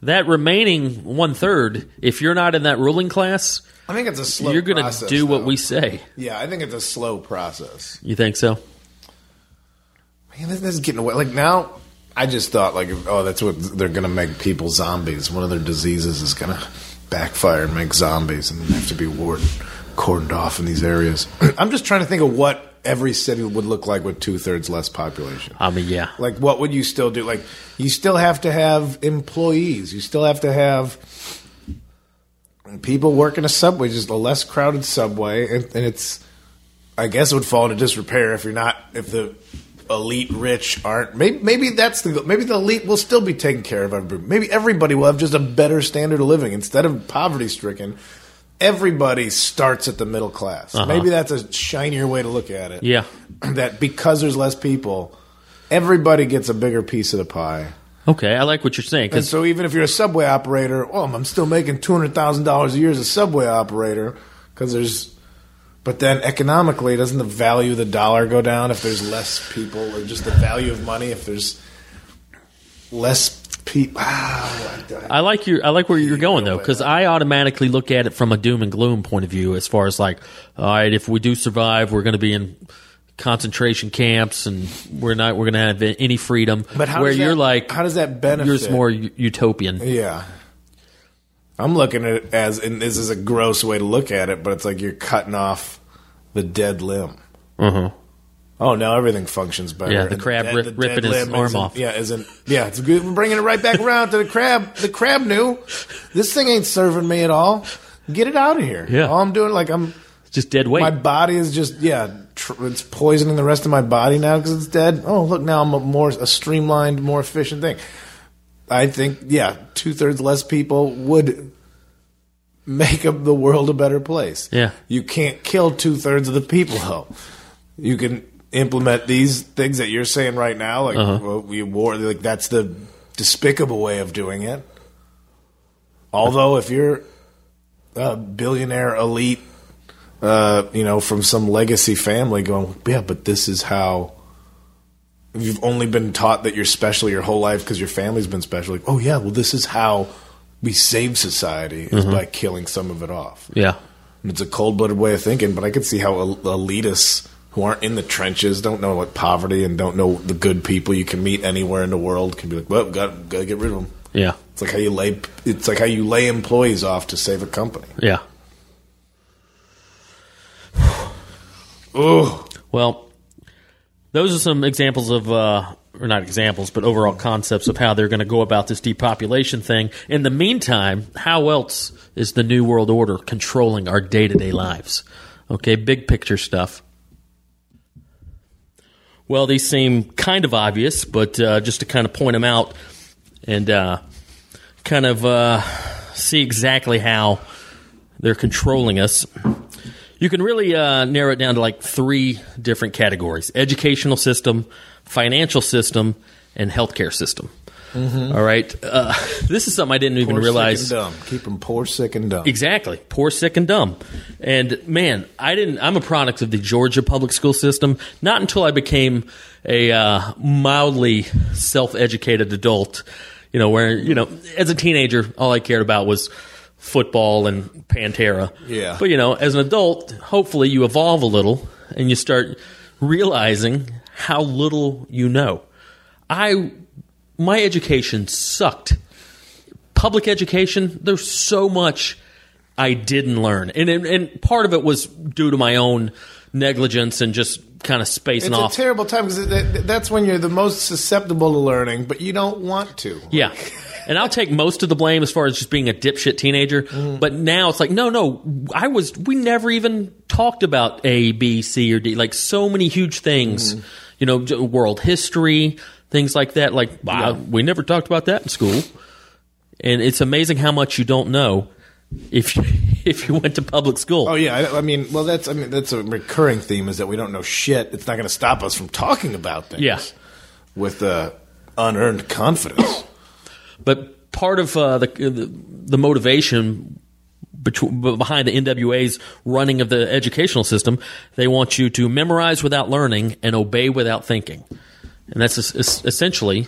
D: that remaining one third, if you're not in that ruling class,
C: I think it's a slow.
D: you're going to
C: process,
D: do what
C: though.
D: we say.
C: Yeah, I think it's a slow process.
D: You think so?
C: Man, this, this is getting away. Like now, I just thought like, oh, that's what they're going to make people zombies. One of their diseases is going to backfire and make zombies, and they have to be ward cordoned off in these areas. I'm just trying to think of what every city would look like with two thirds less population.
D: I mean, yeah.
C: Like, what would you still do? Like, you still have to have employees. You still have to have people work in a subway, just a less crowded subway, and, and it's I guess it would fall into disrepair if you're not if the elite rich aren't maybe maybe that's the maybe the elite will still be taken care of everybody. maybe everybody will have just a better standard of living instead of poverty stricken everybody starts at the middle class maybe that's a shinier way to look at it
D: Yeah.
C: that because there's less people everybody gets a bigger piece of the pie
D: Okay, I like what you're saying.
C: and
D: 'cause-
C: so even if you're a subway operator, well, I'm still making two hundred thousand dollars a year as a subway operator because there's. But then economically, doesn't the value of the dollar go down if there's less people, or just the value of money if there's less ah. people?
D: I like your I like where you're going though, because I automatically look at it from a doom and gloom point of view. As far as like, all right, if we do survive, we're going to be in concentration camps, and we're not we're going to have any freedom.
C: But how
D: where
C: does that-
D: you're like,
C: how does that
D: Yours
C: benefit?
D: more u- utopian.
C: yeah, I'm looking at it as, and this is a gross way to look at it, but it's like you're cutting off the dead limb.
D: Uh-huh.
C: Oh, now everything functions better.
D: Yeah, the
C: And
D: crab
C: dead-
D: rip-
C: the
D: ripping
C: dead
D: his
C: limb
D: arm
C: isn't-
D: off.
C: Yeah, isn't yeah? It's good. We're bringing it right back around to the crab. The crab knew this thing ain't serving me at all. Get it out of here.
D: Yeah.
C: all I'm doing like I'm
D: Just dead weight.
C: my body is just yeah. Tr- it's poisoning the rest of my body now because it's dead. Oh, look now I'm a more a streamlined, more efficient thing. I think yeah, two thirds less people would make up the world a better place.
D: Yeah.
C: you can't kill two thirds of the people though. You can implement these things that you're saying right now, like well, we war, like that's the despicable way of doing it. Although if you're a billionaire elite, uh, you know, from some legacy family, going, yeah, but this is how you've only been taught that you're special your whole life because your family's been special. Like, oh yeah, well this is how we save society is by killing some of it off.
D: yeah.
C: And it's a cold blooded way of thinking, but I could see how el- elitists who aren't in the trenches don't know what poverty and don't know the good people you can meet anywhere in the world can be like, well, got gotta get rid of them.
D: Yeah.
C: It's like how you lay it's like how you lay employees off to save a company.
D: Yeah.
C: Ugh.
D: Well, those are some examples of, uh, or not examples, but overall concepts of how they're going to go about this depopulation thing. In the meantime, how else is the New World Order controlling our day to day lives? Okay, big picture stuff. Well, these seem kind of obvious, but uh, just to kind of point them out and uh, kind of uh, see exactly how they're controlling us. You can really uh, narrow it down to like three different categories educational system, financial system, and healthcare system. All right. Uh, this is something I didn't even
C: Poor,
D: realize.
C: sick, and dumb. Keep them poor, sick, and dumb.
D: Exactly. Poor, sick, and dumb. And man, I didn't. I'm a product of the Georgia public school system. Not until I became a uh, mildly self-educated adult, you know, where you know, as a teenager, all I cared about was football and Pantera.
C: Yeah.
D: But you know, as an adult, hopefully you evolve a little and you start realizing how little you know. I my education sucked public education, there's so much I didn't learn. And, and, and part of it was due to my own negligence and just kind of spacing
C: It's
D: off.
C: a terrible time because that's when you're the most susceptible to learning, but you don't want to.
D: yeah. And I'll take most of the blame as far as just being a dipshit teenager. But now it's like, no, no, I was, we never even talked about A, B, C, or D. Like so many huge things, you know, j- world history, things like that. Like, wow, we never talked about that in school. And it's amazing how much you don't know if you, if you went to public school.
C: Oh yeah, I, I mean, well, that's I mean, that's a recurring theme is that we don't know shit. It's not going to stop us from talking about things.
D: Yeah.
C: with uh, unearned confidence.
D: But part of uh, the, the the motivation between, b- behind the NWA's running of the educational system, they want you to memorize without learning and obey without thinking, and that's es- es- essentially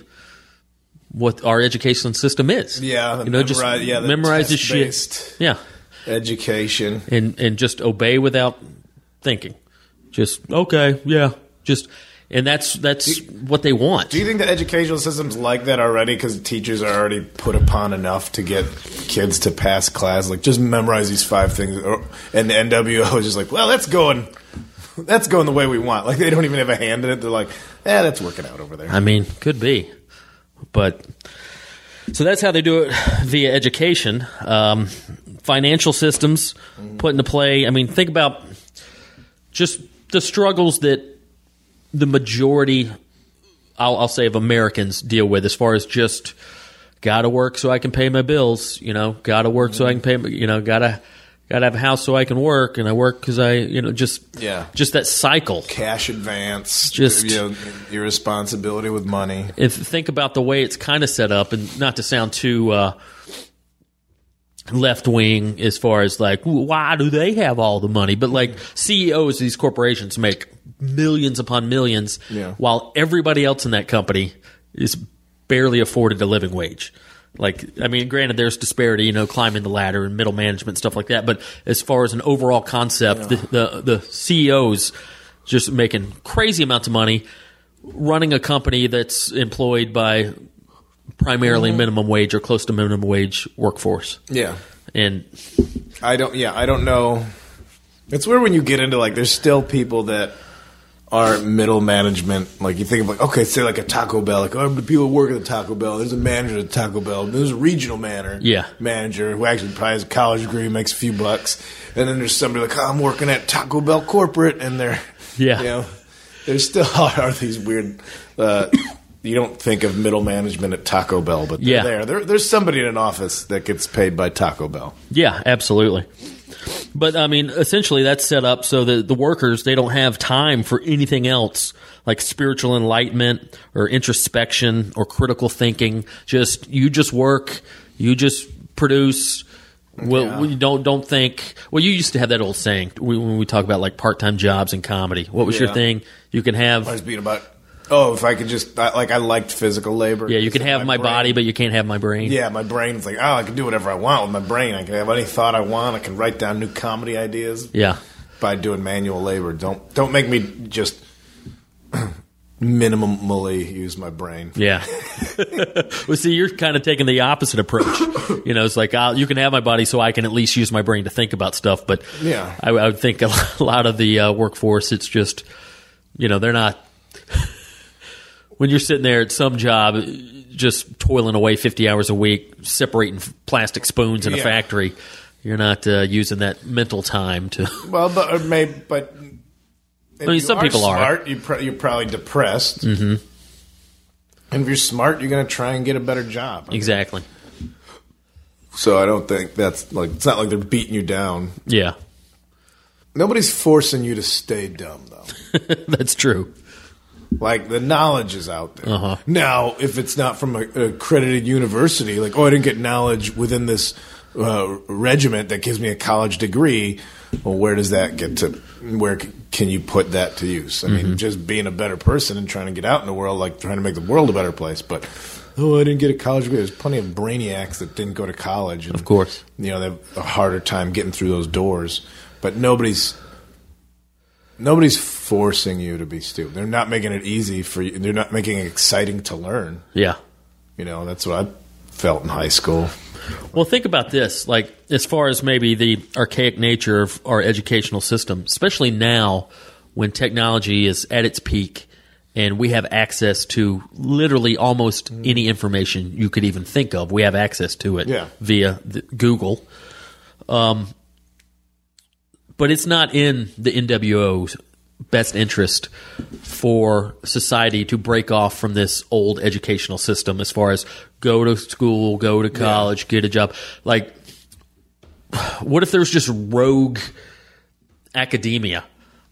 D: what our education system is.
C: Yeah, the
D: you know, just
C: memori- yeah, the
D: memorize the shit.
C: test-based.
D: Yeah,
C: Education.
D: and and just obey without thinking. Just okay, yeah, just. And that's that's what they want.
C: Do you think the educational system's like that already? Because teachers are already put upon enough to get kids to pass class. Like, just memorize these five things. Or, and the NWO is just like, well, that's going, that's going the way we want. Like, they don't even have a hand in it. They're like, eh, that's working out over there.
D: I mean, could be, but So that's how they do it via education, um, financial systems put into play. I mean, think about just the struggles that the majority, I'll, I'll say, of Americans deal with as far as just gotta work so I can pay my bills. You know, gotta work so I can pay. my- You know, gotta gotta have a house so I can work, and I work because I, you know, just
C: Yeah.
D: just that cycle.
C: Cash advance,
D: Just-
C: you know, your responsibility with money.
D: if think about the way it's kind of set up, and not to sound too uh, left wing as far as like why do they have all the money, but like CEOs of these corporations make millions upon millions,
C: Yeah.
D: while everybody else in that company is barely afforded a living wage. Like, I mean, granted, there's disparity, you know, climbing the ladder and middle management stuff like that. But as far as an overall concept, the, the the CEOs just making crazy amounts of money, running a company that's employed by primarily
C: Mm-hmm.
D: minimum wage or close to minimum wage workforce.
C: Yeah,
D: And
C: I don't. Yeah, I don't know. It's weird when you get into like. There's still people that are middle management. Like you think of like, okay, say like a Taco Bell. Like, oh, the people who work at the Taco Bell. There's a manager at Taco Bell. There's a regional manager.
D: Yeah.
C: manager who actually probably has a college degree, makes a few bucks, and then there's somebody like, oh, I'm working at Taco Bell corporate, and they're
D: Yeah.
C: You know, there still are these weird. Uh, You don't think of middle management at Taco Bell, but they're
D: Yeah.
C: there. there. There's somebody in an office that gets paid by Taco Bell.
D: yeah, absolutely. But I mean, essentially, that's set up so that the workers they don't have time for anything else like spiritual enlightenment or introspection or critical thinking. Just you just work, you just produce. Well,
C: Yeah.
D: we don't don't think. Well, you used to have that old saying we- when we talk about like part time jobs in comedy. What was
C: Yeah.
D: your thing? You can have
C: I was being about. Oh, if I could just I, like I liked physical labor.
D: yeah, you can
C: It's
D: have my,
C: brain-
D: body, but you can't have my brain.
C: yeah, my brain's like, oh, I can do whatever I want with my brain. I can have any thought I want. I can write down new comedy ideas.
D: yeah.
C: By doing manual labor, don't don't make me just minimally use my brain.
D: Yeah. well, see, you're kind of taking the opposite approach. You know, it's like I'll, you can have my body so I can at least use my brain to think about stuff. But
C: Yeah.
D: I, I would think a lot of the uh, workforce, it's just, you know, they're not. when you're sitting there at some job, just toiling away 50 hours a week, separating plastic spoons in a
C: Yeah.
D: factory, you're not uh, using that mental time to.
C: Well, but or may but. I
D: mean, some people are.
C: smart, You pr- you're probably depressed. Mm-hmm. And if you're smart, you're going to try and get a better job.
D: exactly.
C: So I don't think that's like it's not like they're beating you down.
D: Yeah.
C: Nobody's forcing you to stay dumb, though.
D: That's true.
C: Like the knowledge is out there.
D: Uh-huh.
C: Now, if it's not from a a accredited university, like oh, I didn't get knowledge within this uh, regiment that gives me a college degree. Well, where does that get to? Where c- can you put that to use? I
D: Mm-hmm.
C: mean, just being a better person and trying to get out in the world, like trying to make the world a better place. But oh, I didn't get a college degree. There's plenty of brainiacs that didn't go to college. And,
D: Of course.
C: you know, they have a harder time getting through those doors. But nobody's nobody's forcing you to be stupid. They're not making it easy for you. They're not making it exciting to learn.
D: Yeah.
C: You know, that's what I felt in high school.
D: Well, think about this. Like, as far as maybe the archaic nature of our educational system, especially now when technology is at its peak and we have access to literally almost any information you could even think of, we have access to it
C: Yeah.
D: via the, Google. Um, but it's not in the NWO's best interest for society to break off from this old educational system as far as go to school, go to college, get a job. Like, what if there's just rogue academia?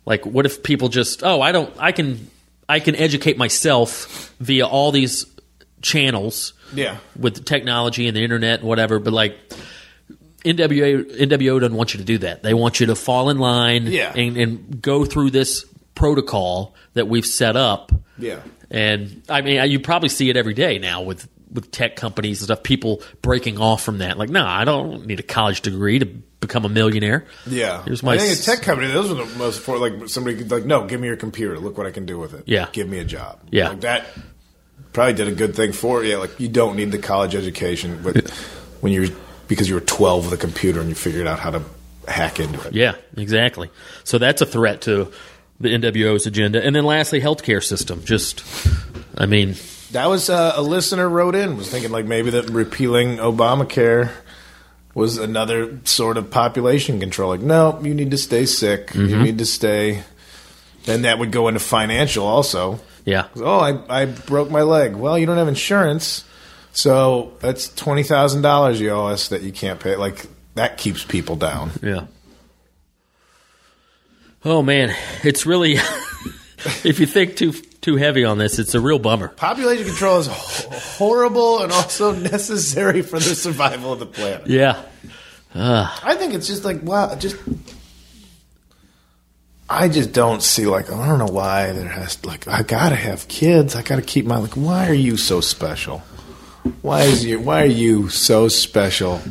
D: Like, what if people just, oh, I don't, I can, I can educate myself via all these channels
C: Yeah.
D: with technology and the internet and whatever, but like, NWA NWO doesn't want you to do that. They want you to fall in line
C: Yeah.
D: and, and go through this protocol that we've set up.
C: Yeah.
D: And I mean, you probably see it every day now with with tech companies and stuff. People breaking off from that. Like, no, I don't need a college degree to become a millionaire.
C: Yeah.
D: Here's my
C: I think a
D: s-
C: tech company, those were the most for like somebody could like, no, give me your computer. Look what I can do with it.
D: Yeah.
C: Give me a job.
D: Yeah.
C: Like that probably did a good thing for you. Like you don't need the college education but when you're because you were twelve with a computer and you figured out how to hack into it.
D: Yeah, exactly. So that's a threat to the NWO's agenda. And then lastly, healthcare system. Just, I mean,
C: That was uh, a listener wrote in was thinking like maybe that repealing Obamacare was another sort of population control. Like, no, you need to stay sick. You need to stay. Then that would go into financial also.
D: Yeah.
C: Oh, I, I broke my leg. Well, you don't have insurance, so that's twenty thousand dollars you owe us that you can't pay. Like that keeps people down.
D: Yeah. Oh man, it's really if you think too too heavy on this, it's a real bummer.
C: Population control is h- horrible and also necessary for the survival of the planet.
D: Yeah.
C: I think it's just like wow, just I just don't see like I don't know why there has like I gotta have kids. I gotta keep my like. Why are you so special? Why is you Why are you so special?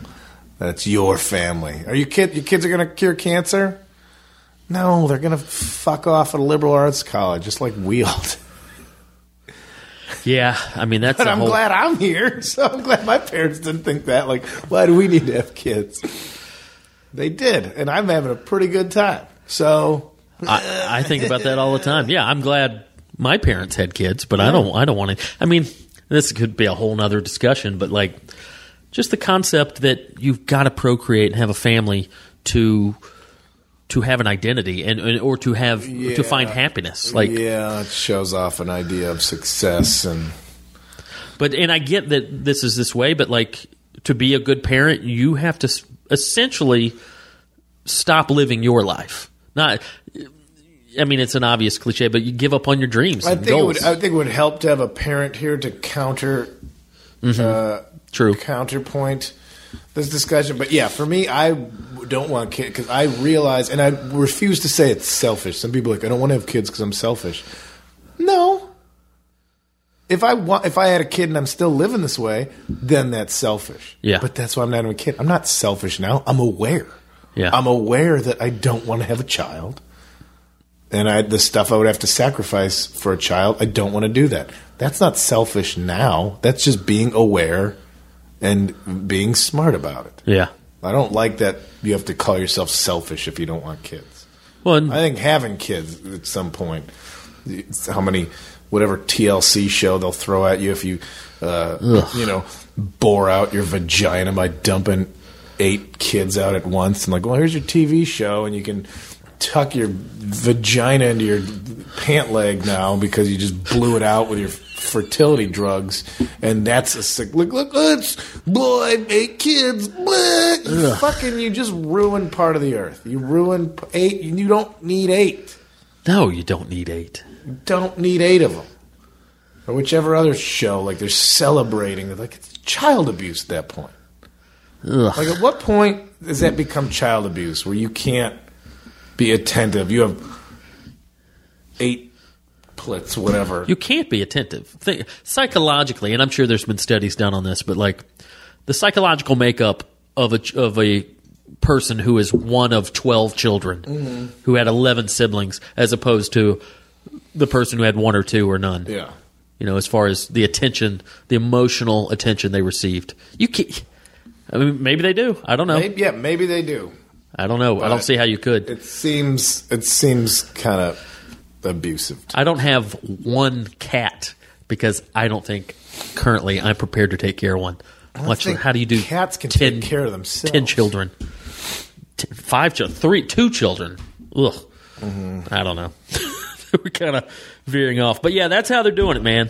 C: That's your family. Are you kid? Your kids are gonna cure cancer? No, they're gonna fuck off at a liberal arts college, just like Wield.
D: Yeah, I mean that's
C: But
D: a
C: I'm
D: whole
C: glad I'm here, so I'm glad my parents didn't think that. Like, why do we need to have kids? They did, and I'm having a pretty good time. So
D: I, I think about that all the time. Yeah, I'm glad my parents had kids, but I don't. I don't want to. I mean, this could be a whole nother discussion, but like, just the concept that you've got to procreate and have a family to to have an identity and, and or to have to find happiness. Like,
C: yeah, it shows off an idea of success, and
D: but and I get that this is this way, but like to be a good parent, you have to s- essentially stop living your life. Not. I mean, it's an obvious cliche, but you give up on your dreams.
C: I
D: and
C: think it would.
D: goals.
C: I think it would help to have a parent here to counter
D: True.
C: counterpoint this discussion. But yeah, for me, I don't want kids because I realize and I refuse to say it's selfish. Some people are like I don't want to have kids because I'm selfish. No. If I want, if I had a kid and I'm still living this way, then that's selfish.
D: Yeah.
C: But that's why I'm not having a kid. I'm not selfish now. I'm aware.
D: Yeah.
C: I'm aware that I don't want to have a child. And I, the stuff I would have to sacrifice for a child, I don't want to do that. That's not selfish now. That's just being aware and being smart about it.
D: Yeah.
C: I don't like that you have to call yourself selfish if you don't want kids.
D: Well, and-
C: I think having kids at some point, it's how many, whatever TLC show they'll throw at you if you, uh, you know, bore out your vagina by dumping eight kids out at once and like, well, here's your TV show and you can tuck your vagina into your pant leg now because you just blew it out with your fertility drugs and that's a sick look look it's boy eight kids blah. You fucking you just ruin part of the earth you ruin p- eight you don't need eight
D: no, you don't need eight.
C: don't need eight of them. Or whichever other show, like they're celebrating, they're like it's child abuse at that point. Like at what point does that become child abuse, where you can't be attentive? You have eight plits, whatever.
D: You can't be attentive. Think, psychologically, and I'm sure there's been studies done on this, but like the psychological makeup of a ch- of a person who is one of 12 children
C: Mm-hmm.
D: who had 11 siblings as opposed to the person who had one or two or none.
C: yeah,
D: You know, as far as the attention, the emotional attention they received. You can't I mean, maybe they do. I don't know.
C: maybe, yeah, maybe they do.
D: I don't know. I don't
C: But-
D: see how you could.
C: It seems it seems kind of abusive.
D: I don't have one cat because I don't think currently I'm prepared to take care of one. Much
C: think
D: how do you do?
C: cats can take care of themselves.
D: Ten children, T- five children, three, two children. Ugh,
C: Mm-hmm.
D: I don't know. We're kind of veering off, but yeah, that's how they're doing it, man.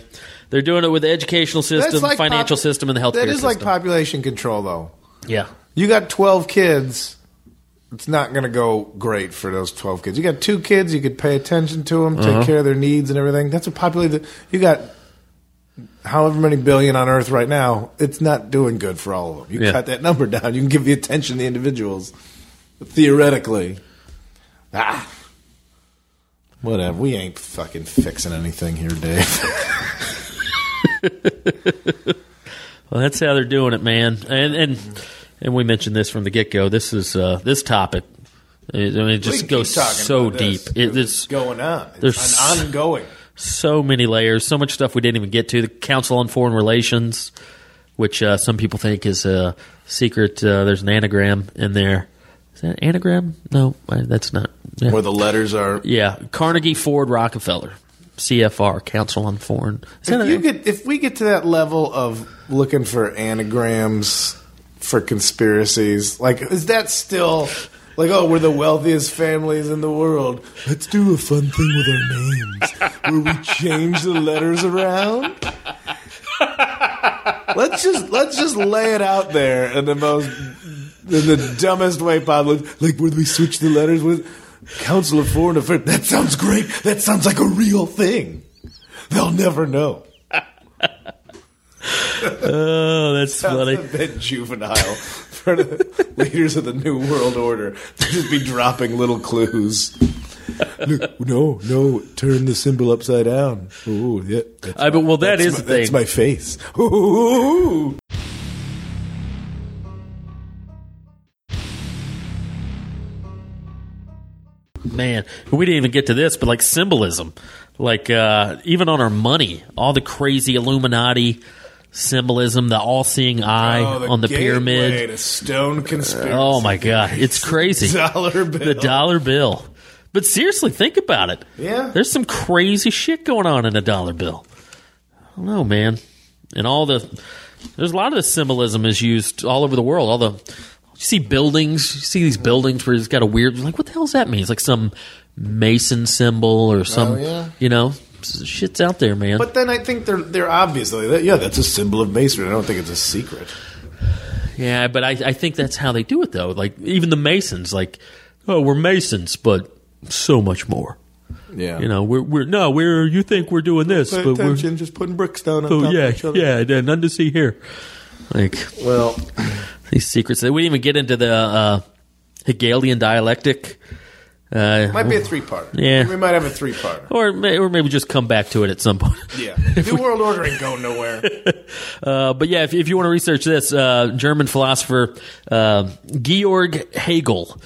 D: They're doing it with the educational system, the financial
C: pop-
D: system, and the healthcare
C: That is
D: system.
C: like population control, though.
D: yeah,
C: you got 12 kids it's not going to go great for those 12 kids you got two kids you could pay attention to them
D: Uh-huh.
C: take care of their needs and everything that's a populated you got however many billion on earth right now it's not doing good for all of them you
D: Yeah.
C: cut that number down you can give the attention to the individuals theoretically ah whatever we ain't fucking fixing anything here dave
D: well, that's how they're doing it, man. And and and we mentioned this from the get go. This is uh, this topic. I mean, it
C: We
D: just
C: can
D: goes
C: keep talking
D: so
C: about this,
D: deep. It,
C: 'cause
D: it's
C: going on
D: there's-
C: it's an ongoing
D: so many layers, so much stuff we didn't even get to. The Council on Foreign Relations, which uh, some people think is a secret. Uh, there's an anagram in there. Is that an anagram? No, I- that's not. Yeah.
C: where the letters are
D: Yeah, Carnegie, Ford, Rockefeller. CFR, Council on Foreign. Is that
C: If,
D: a-
C: you get, if we get to that level of looking for anagrams for conspiracies, like, is that still like, oh, we're the wealthiest families in the world? Let's do a fun thing with our names where we change the letters around. Let's just let's just lay it out there in the most in the dumbest way possible. Like, where we switch the letters with Council of Foreign Affairs. That sounds great. That sounds like a real thing. They'll never know.
D: oh, that's funny.
C: That's a bit juvenile for the leaders of the New World Order to just be dropping little clues. Look, no, no, turn the symbol upside down. Ooh, yeah. That's,
D: I but well, that is
C: my,
D: the thing.
C: that's my face. Ooh.
D: Man, we didn't even get to this, but like symbolism, like uh, even on our money, all the crazy Illuminati symbolism, the all-seeing eye
C: Oh,
D: on Oh, the pyramid.
C: a stone conspiracy.
D: Oh my god, it's crazy.
C: Dollar bill.
D: The dollar bill. But seriously, think about it.
C: Yeah.
D: There's some crazy shit going on in a dollar bill. I don't know, man. And all the there's a lot of the symbolism is used all over the world. All the you see buildings, you see these buildings where it's got a weird like what the hell's that mean? It's like some Mason symbol or some
C: Oh, yeah.
D: you know, s- shit's out there, man.
C: But then I think they're they're obviously that, yeah that's a symbol of masonry. I don't think it's a secret.
D: Yeah, but I, I think that's how they do it though. Like even the Masons, like, oh, we're Masons, but so much more.
C: Yeah,
D: You know, we're we're no, we're you think we're doing this, but we're
C: just putting bricks down on
D: oh, yeah, yeah, yeah, none to see here. Like
C: Well,
D: these secrets, we didn't even get into the uh, Hegelian dialectic, uh,
C: might be a three part.
D: Yeah.
C: we might have a three part.
D: or may, or maybe just come back to it at some point.
C: Yeah. New World Order ain't going nowhere.
D: Uh, but yeah, if, if you want to research this, uh, German philosopher uh, Georg Hegel.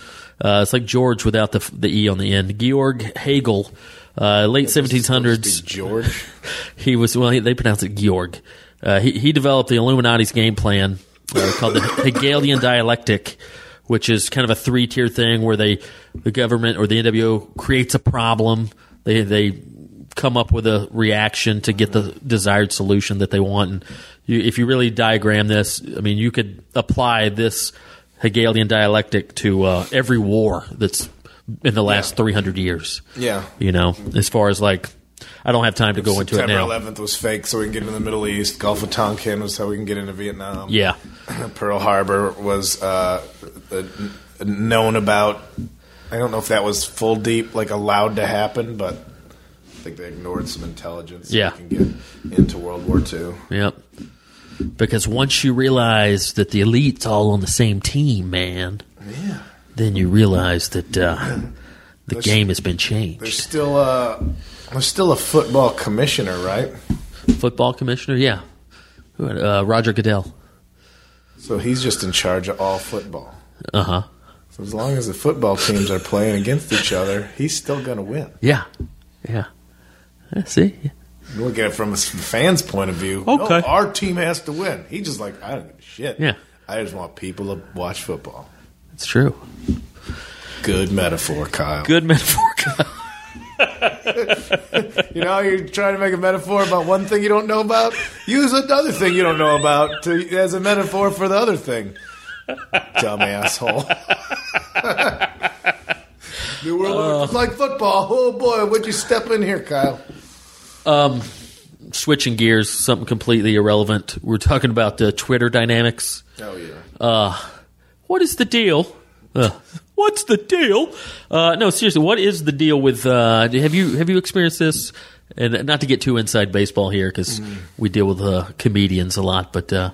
D: Uh, it's like George without the the e on the end. Georg Hegel, uh, late seventeen hundreds.
C: George.
D: He was well. He, they pronounce it Georg. Uh, he he developed the Illuminati's game plan uh, called the Hegelian dialectic, which is kind of a three tier thing where they the government or the NWO creates a problem. They they come up with a reaction to get the desired solution that they want. And you, if you really diagram this, I mean, you could apply this Hegelian dialectic to uh, every war that's in the last 300 years.
C: Yeah.
D: You know, as far as like, I don't have time to go into it
C: September
D: now.
C: 11th was fake, so we can get into the Middle East. Gulf of Tonkin was how we can get into Vietnam.
D: Yeah.
C: Pearl Harbor was uh, uh, known about. I don't know if that was full deep, like allowed to happen, but I think they ignored some intelligence. so
D: Yeah.
C: we can get into World War II.
D: Yep. Because once you realize that the elite's all on the same team, man,
C: Yeah.
D: then you realize that uh, the game has been
C: There's
D: changed.
C: still a there's still a football commissioner, right?
D: Football commissioner, yeah. Who had- Uh, Roger Goodell.
C: So he's just in charge of all football.
D: Uh huh.
C: So as long as the football teams are playing against each other, he's still going to win.
D: Yeah. Yeah. I see.
C: You look at it from a fan's point of view.
D: Okay.
C: no, our team has to win. He just like I don't give a shit.
D: Yeah.
C: I just want people to watch football.
D: It's true.
C: Good metaphor, Kyle.
D: Good metaphor.
C: You know, you're trying to make a metaphor about one thing you don't know about. Use another thing you don't know about to, as a metaphor for the other thing. Dumb asshole. New World
D: Uh.
C: Order's like football. Oh boy, would you step in here, Kyle?
D: Switching gears, something completely irrelevant. We're talking about the Twitter dynamics.
C: Oh yeah.
D: what is the deal? Uh, what's the deal? Uh, no, seriously, what is the deal with? Uh, have you have you experienced this? And not to get too inside baseball here, because we deal with uh, comedians a lot, but uh,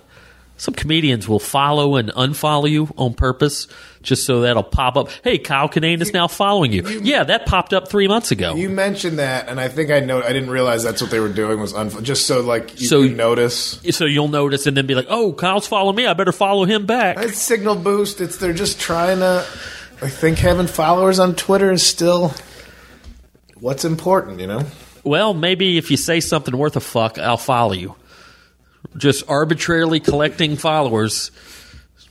D: some comedians will follow and unfollow you on purpose, just so that'll pop up. Hey, Kyle Kinane is now following you. yeah, that popped up three months ago.
C: You mentioned that, and I think I know. I didn't realize that's what they were doing was unf- just so like you
D: So-
C: could notice.
D: so you'll notice, and then be like, "Oh, Kyle's following me. I better follow him back."
C: It's signal boost. It's they're just trying to. I think having followers on Twitter is still what's important. You know,
D: Well, maybe if you say something worth a fuck, I'll follow you. Just arbitrarily collecting followers,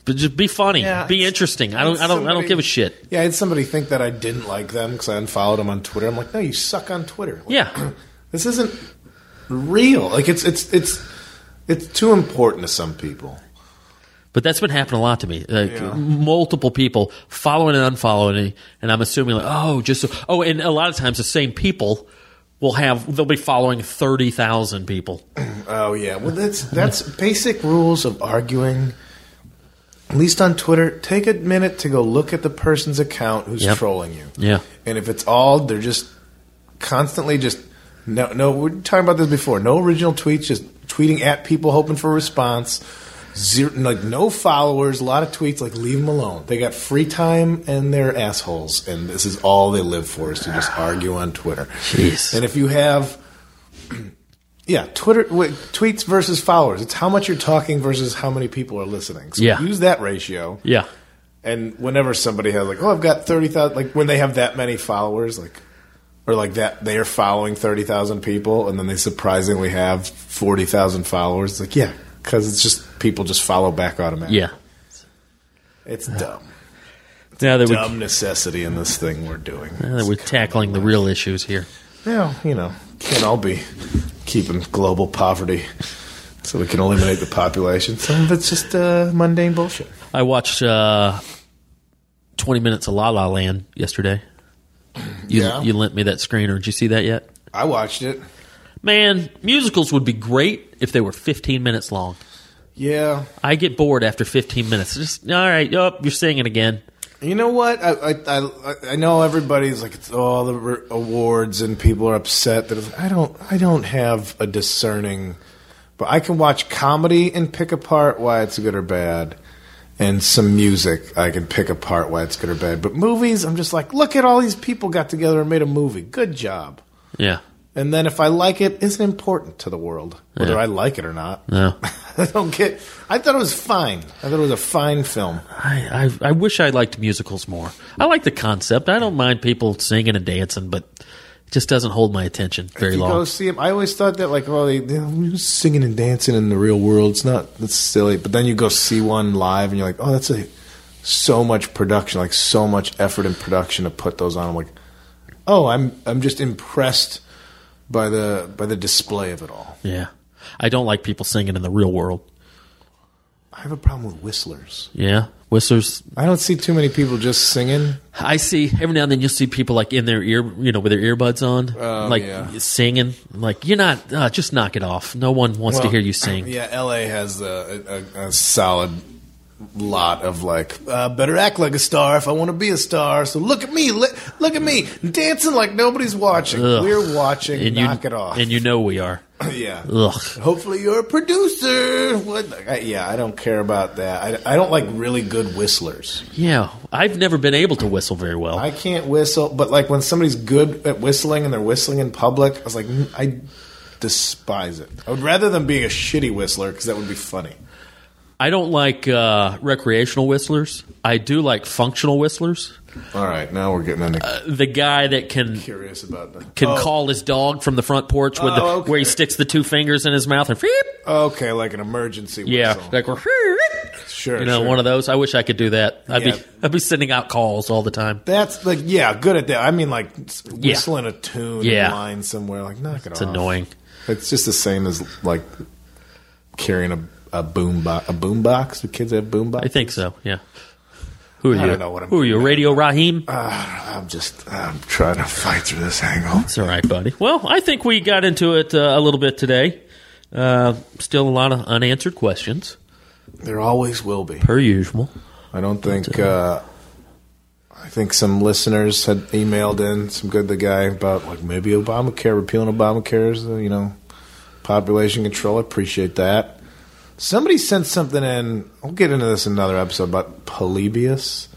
D: but just be funny,
C: Yeah,
D: be
C: it's-
D: interesting. I don't,
C: it's
D: I don't, I don't
C: somebody-
D: give a shit.
C: Yeah, I had somebody think that I didn't like them because I unfollowed them on Twitter. I'm like, no, you suck on Twitter. Like,
D: Yeah.
C: This isn't real. Like it's it's it's it's too important to some people.
D: But that's been happening a lot to me. Like multiple people following and unfollowing me, and I'm assuming like, oh, just so, oh, and a lot of times the same people will have they'll be following thirty thousand people.
C: Oh yeah. Well, that's that's basic rules of arguing. At least on Twitter, take a minute to go look at the person's account who's
D: Yep.
C: trolling you.
D: Yeah.
C: And if it's all they're just constantly just no no we we're talking about this before. No original tweets, just tweeting at people hoping for a response. Zero, like no followers, a lot of tweets. Like leave them alone. They got free time and they're assholes, and this is all they live for is to just argue on Twitter.
D: Jeez.
C: And if you have, yeah, Twitter wait, tweets versus followers. It's how much you're talking versus how many people are listening. So
D: Yeah.
C: use that ratio.
D: Yeah.
C: And whenever somebody has like, oh, I've got thirty thousand, like when they have that many followers, like, or like that they are following thirty thousand people, and then they surprisingly have forty thousand followers. It's like, yeah, because it's just people just follow back automatically.
D: Yeah.
C: it's dumb,
D: Now that
C: dumb
D: we
C: necessity in this thing we're doing.
D: now that we're tackling the real issues here.
C: Yeah, you know, can't all be keeping global poverty so we can eliminate the population. Some of it's just uh, mundane bullshit.
D: I watched uh, 20 minutes of La La Land yesterday. You,
C: Yeah.
D: you lent me that screener. Did you see that yet?
C: I watched it.
D: Man, musicals would be great if they were 15 minutes long.
C: Yeah,
D: I get bored after 15 minutes. Just all right, oh, you're singing again.
C: You know what? I I, I, I know everybody's like it's all the re- awards and people are upset that it's, I don't I don't have a discerning, but I can watch comedy and pick apart why it's good or bad, and some music I can pick apart why it's good or bad. But movies, I'm just like, look at all these people got together and made a movie. Good job.
D: Yeah.
C: And then if I like it, it's important to the world whether
D: Yeah.
C: I like it or not.
D: No.
C: I don't get. I thought it was fine. I thought it was a fine film.
D: I, I I wish I liked musicals more. I like the concept. I don't mind people singing and dancing, but it just doesn't hold my attention very
C: you go
D: long.
C: see 'em. I always thought that like, oh, they, they're singing and dancing in the real world. It's not. That's silly. But then you go see one live, and you're like, oh, that's a so much production, like so much effort and production to put those on. I'm like, oh, I'm I'm just impressed by the by the display of it all.
D: Yeah. I don't like people singing in the real world.
C: I have a problem with whistlers.
D: Yeah. Whistlers,
C: I don't see too many people just singing.
D: I see every now and then you'll see people like in their ear, you know, with their earbuds on, like
C: Oh, yeah.
D: singing. Like you're not, uh, just knock it off. No one wants to
C: Well,
D: hear you sing.
C: Yeah, L.A. has a, a, a solid lot of like uh, better act like a star if I want to be a star. So look at me, li- look at me dancing like nobody's watching.
D: Ugh.
C: We're watching.
D: And you,
C: knock it off.
D: And you know we are.
C: yeah.
D: Ugh.
C: Hopefully you're a producer. What? the- I, yeah, I don't care about that. I, I don't like really good whistlers.
D: Yeah. I've never been able to whistle very well.
C: I can't whistle, but like when somebody's good at whistling and they're whistling in public, I was like, "Mm, I despise it. I would rather than being a shitty whistler because that would be funny.
D: I don't like uh, recreational whistlers. I do like functional whistlers.
C: All right, now we're getting into
D: The guy that can
C: curious about Oh, that.
D: Uh, can call his dog from the front porch with the,
C: Oh, okay.
D: where he sticks the two fingers in his mouth and wheep.
C: Okay, like an emergency
D: Yeah,
C: whistle.
D: like we're
C: Sure,
D: You know,
C: sure.
D: one of those. I wish I could do that. I'd
C: Yeah.
D: be I'd be sending out calls all the time.
C: That's like yeah, good at that. I mean, like s- whistling a tune,
D: Yeah.
C: yeah. line somewhere. Like knock it
D: It's
C: off.
D: annoying.
C: It's just the same as like carrying a a boom box. A boom box. Do kids have boom box?
D: I think so. Yeah. Who are you?
C: don't know what I'm Uh,
D: Who are you? Radio Raheem?
C: I'm just I'm trying to fight through this angle.
D: It's all right, buddy. Well, I think we got into it uh, a little bit today. Uh, still a lot of unanswered questions,
C: There always will be.
D: per usual.
C: I don't think. Uh, I think some listeners had emailed in some good the guy about like maybe Obamacare repealing Obamacare is uh, you know population control. I appreciate that. Somebody sent something in. We'll get into this in another episode about Polybius.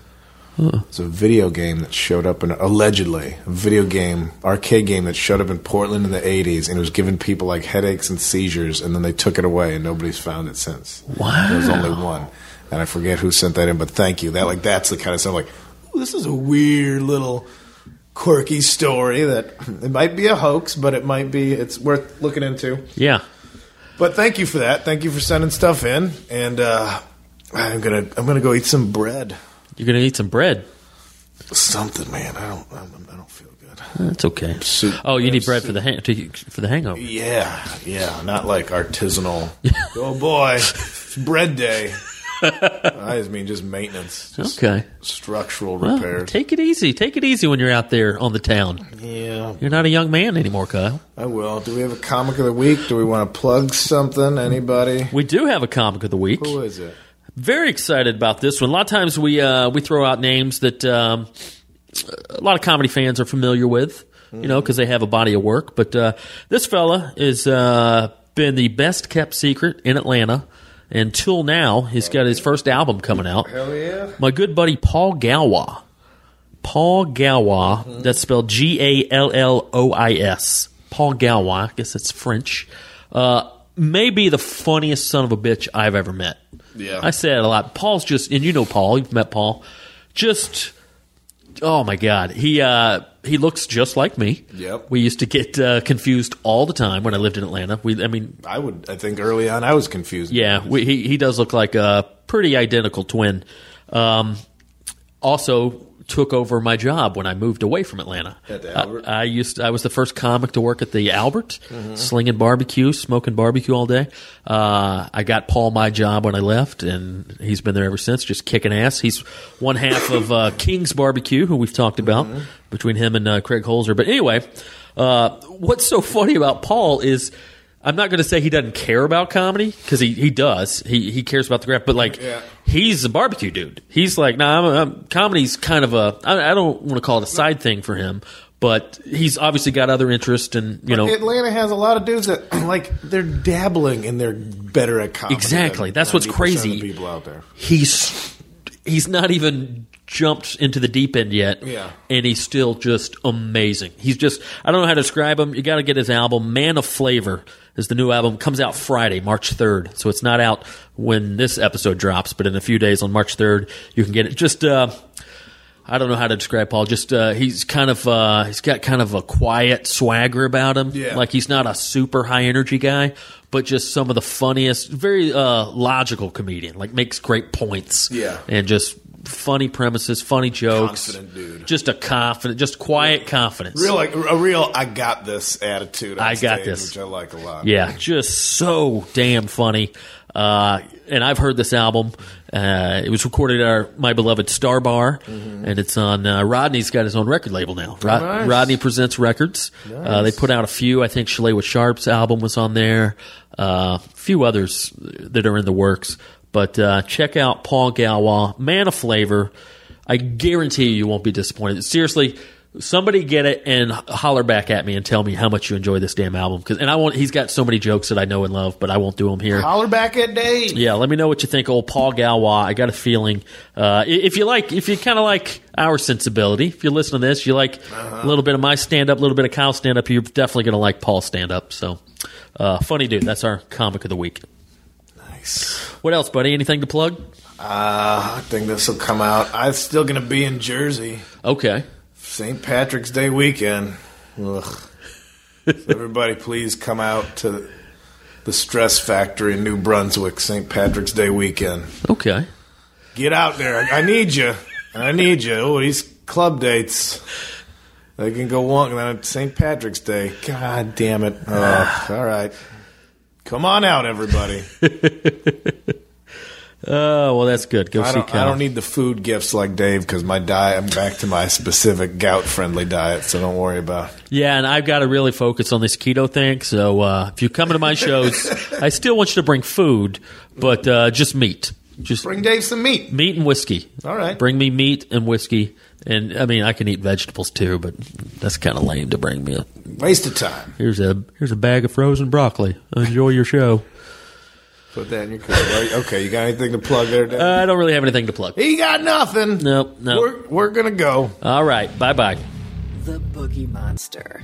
C: It's a video game that showed up in allegedly a video game arcade game that showed up in Portland in the '80s and it was giving people like headaches and seizures, and then they took it away and nobody's found it since.
D: Wow.
C: There's only one, and I forget who sent that in, but thank you. That like that's the kind of stuff like "Ooh, this is a weird little quirky story that it might be a hoax, but it might be it's worth looking into.
D: Yeah.
C: But thank you for that. Thank you for sending stuff in, and uh, I'm gonna I'm gonna go eat some bread,
D: You're going to eat some bread.
C: something, man. I don't I'm, I don't feel good. good.
D: That's okay.
C: Soup.
D: Oh, you need bread for the hang- to, for the hangover.
C: Yeah, yeah, not like artisanal. oh boy, it's bread day. I just mean just maintenance, just
D: Okay.
C: structural
D: Well,
C: repairs.
D: take it easy. Take it easy when you're out there on the town.
C: yeah,
D: You're not a young man anymore, Kyle.
C: I will. Do we have a comic of the week? Do we want to plug something? Anybody?
D: We do have a comic of the week.
C: Who is it?
D: Very excited about this one. A lot of times we uh, we throw out names that um, a lot of comedy fans are familiar with, you
C: Mm-hmm.
D: know, because they have a body of work. But uh, this fella has uh, been the best kept secret in Atlanta until now. He's got his first album coming out.
C: Hell yeah!
D: My good buddy Paul Galwa. Paul Galwa, that's spelled G A L L O I S. Paul Galwa, I guess it's French, uh, may be the funniest son of a bitch I've ever met.
C: Yeah.
D: I say it a lot. Paul's just, and you know Paul, you've met Paul, just. Oh my God, he uh, he looks just like me.
C: Yep.
D: We used to get uh, confused all the time when I lived in Atlanta. We, I mean,
C: I would. I think early on I was confused.
D: yeah, we, he he does look like a pretty identical twin. Um, also took over my job when I moved away from Atlanta.
C: At the Albert?
D: I, I used I was the first comic to work at the Albert, slinging barbecue, smoking barbecue all day. Uh, I got Paul my job when I left, and he's been there ever since, just kicking ass. He's one half of uh, King's Barbecue, who we've talked about between him and uh, Craig Holzer. But anyway, uh, what's so funny about Paul is. I'm not going to say he doesn't care about comedy because he, he does. He he cares about the craft, but like
C: Yeah.
D: he's a barbecue dude. He's like, nah, I'm, I'm, comedy's kind of a. I, I don't want to call it a side thing for him, but he's obviously got other interests, and you know,
C: Atlanta has a lot of dudes that like they're dabbling and they're better at comedy.
D: Exactly.
C: than
D: That's what's
C: 90% of
D: crazy.
C: the people out there.
D: he's he's not even jumped into the deep end yet.
C: Yeah.
D: and he's still just amazing. He's just I don't know how to describe him. You got to get his album, Man of Flavor. Is the new album comes out Friday, March third. So it's not out when this episode drops, but in a few days on March third, you can get it. Just uh, I don't know how to describe Paul. Just uh, he's kind of uh, he's got kind of a quiet swagger about him.
C: Yeah.
D: Like he's not a super high energy guy, but just some of the funniest, very uh, logical comedian. Like makes great points.
C: Yeah.
D: And just funny premises, funny jokes.
C: Confident dude.
D: Just a confident, just quiet confidence.
C: Real like a real I got this attitude. on
D: I got
C: stage,
D: this.
C: which I like a lot.
D: Yeah, just so damn funny. Uh, and I've heard this album. Uh, it was recorded at our, my beloved Star Bar, and it's on. Uh, Rodney's got his own record label now. Rod-
C: Nice.
D: Rodney Presents Records. Uh, they put out a few. I think Shalewa Sharp's album was on there. A uh, few others that are in the works. But uh, check out Paul Galwa, Man of Flavor. I guarantee you, you won't be disappointed. Seriously, somebody get it and h- holler back at me and tell me how much you enjoy this damn album. Because and I won't. He's got so many jokes that I know and love, but I won't do them here.
C: Holler back at Dave.
D: Yeah, let me know what you think, old Paul Galwa. I got a feeling uh, i- if you like, if you kind of like our sensibility, if you listen to this, you like
C: Uh-huh.
D: a little bit of my stand up, a little bit of Kyle's stand up. You're definitely going to like Paul's stand up. So, uh, funny dude. That's our comic of the week.
C: Nice.
D: What else, buddy? Anything to plug?
C: Uh, I think this will come out. I'm still gonna be in Jersey.
D: Okay.
C: St. Patrick's Day weekend. Ugh. So everybody, please come out to the Stress Factory in New Brunswick, St. Patrick's Day weekend.
D: Okay.
C: Get out there. I I need you. I need you. Oh, these club dates. They can go long. And then it's St. Patrick's Day. God damn it. Ugh. all right. Come on out, everybody.
D: Oh, well, that's good. Go
C: I
D: see
C: don't, I
D: Kyle.
C: don't need the food gifts like Dave because my diet, I'm back to my specific gout friendly diet, so don't worry about it.
D: yeah, and I've got to really focus on this keto thing. So, uh, if you come to my shows, I still want you to bring food, but uh, just meat. Just
C: Bring Dave some meat.
D: meat and whiskey.
C: All right.
D: Bring me meat and whiskey. And I mean, I can eat vegetables too, but that's kind of lame to bring me. A,
C: Waste of time.
D: here's a here's a bag of frozen broccoli. Enjoy your show.
C: Put that in your cupboard. right? Okay, you got anything to plug there? Dave?
D: Uh, I don't really have anything to plug.
C: he got nothing.
D: Nope, no.
C: We're, we're gonna go.
D: All right, bye bye.
B: The Boogie Monster.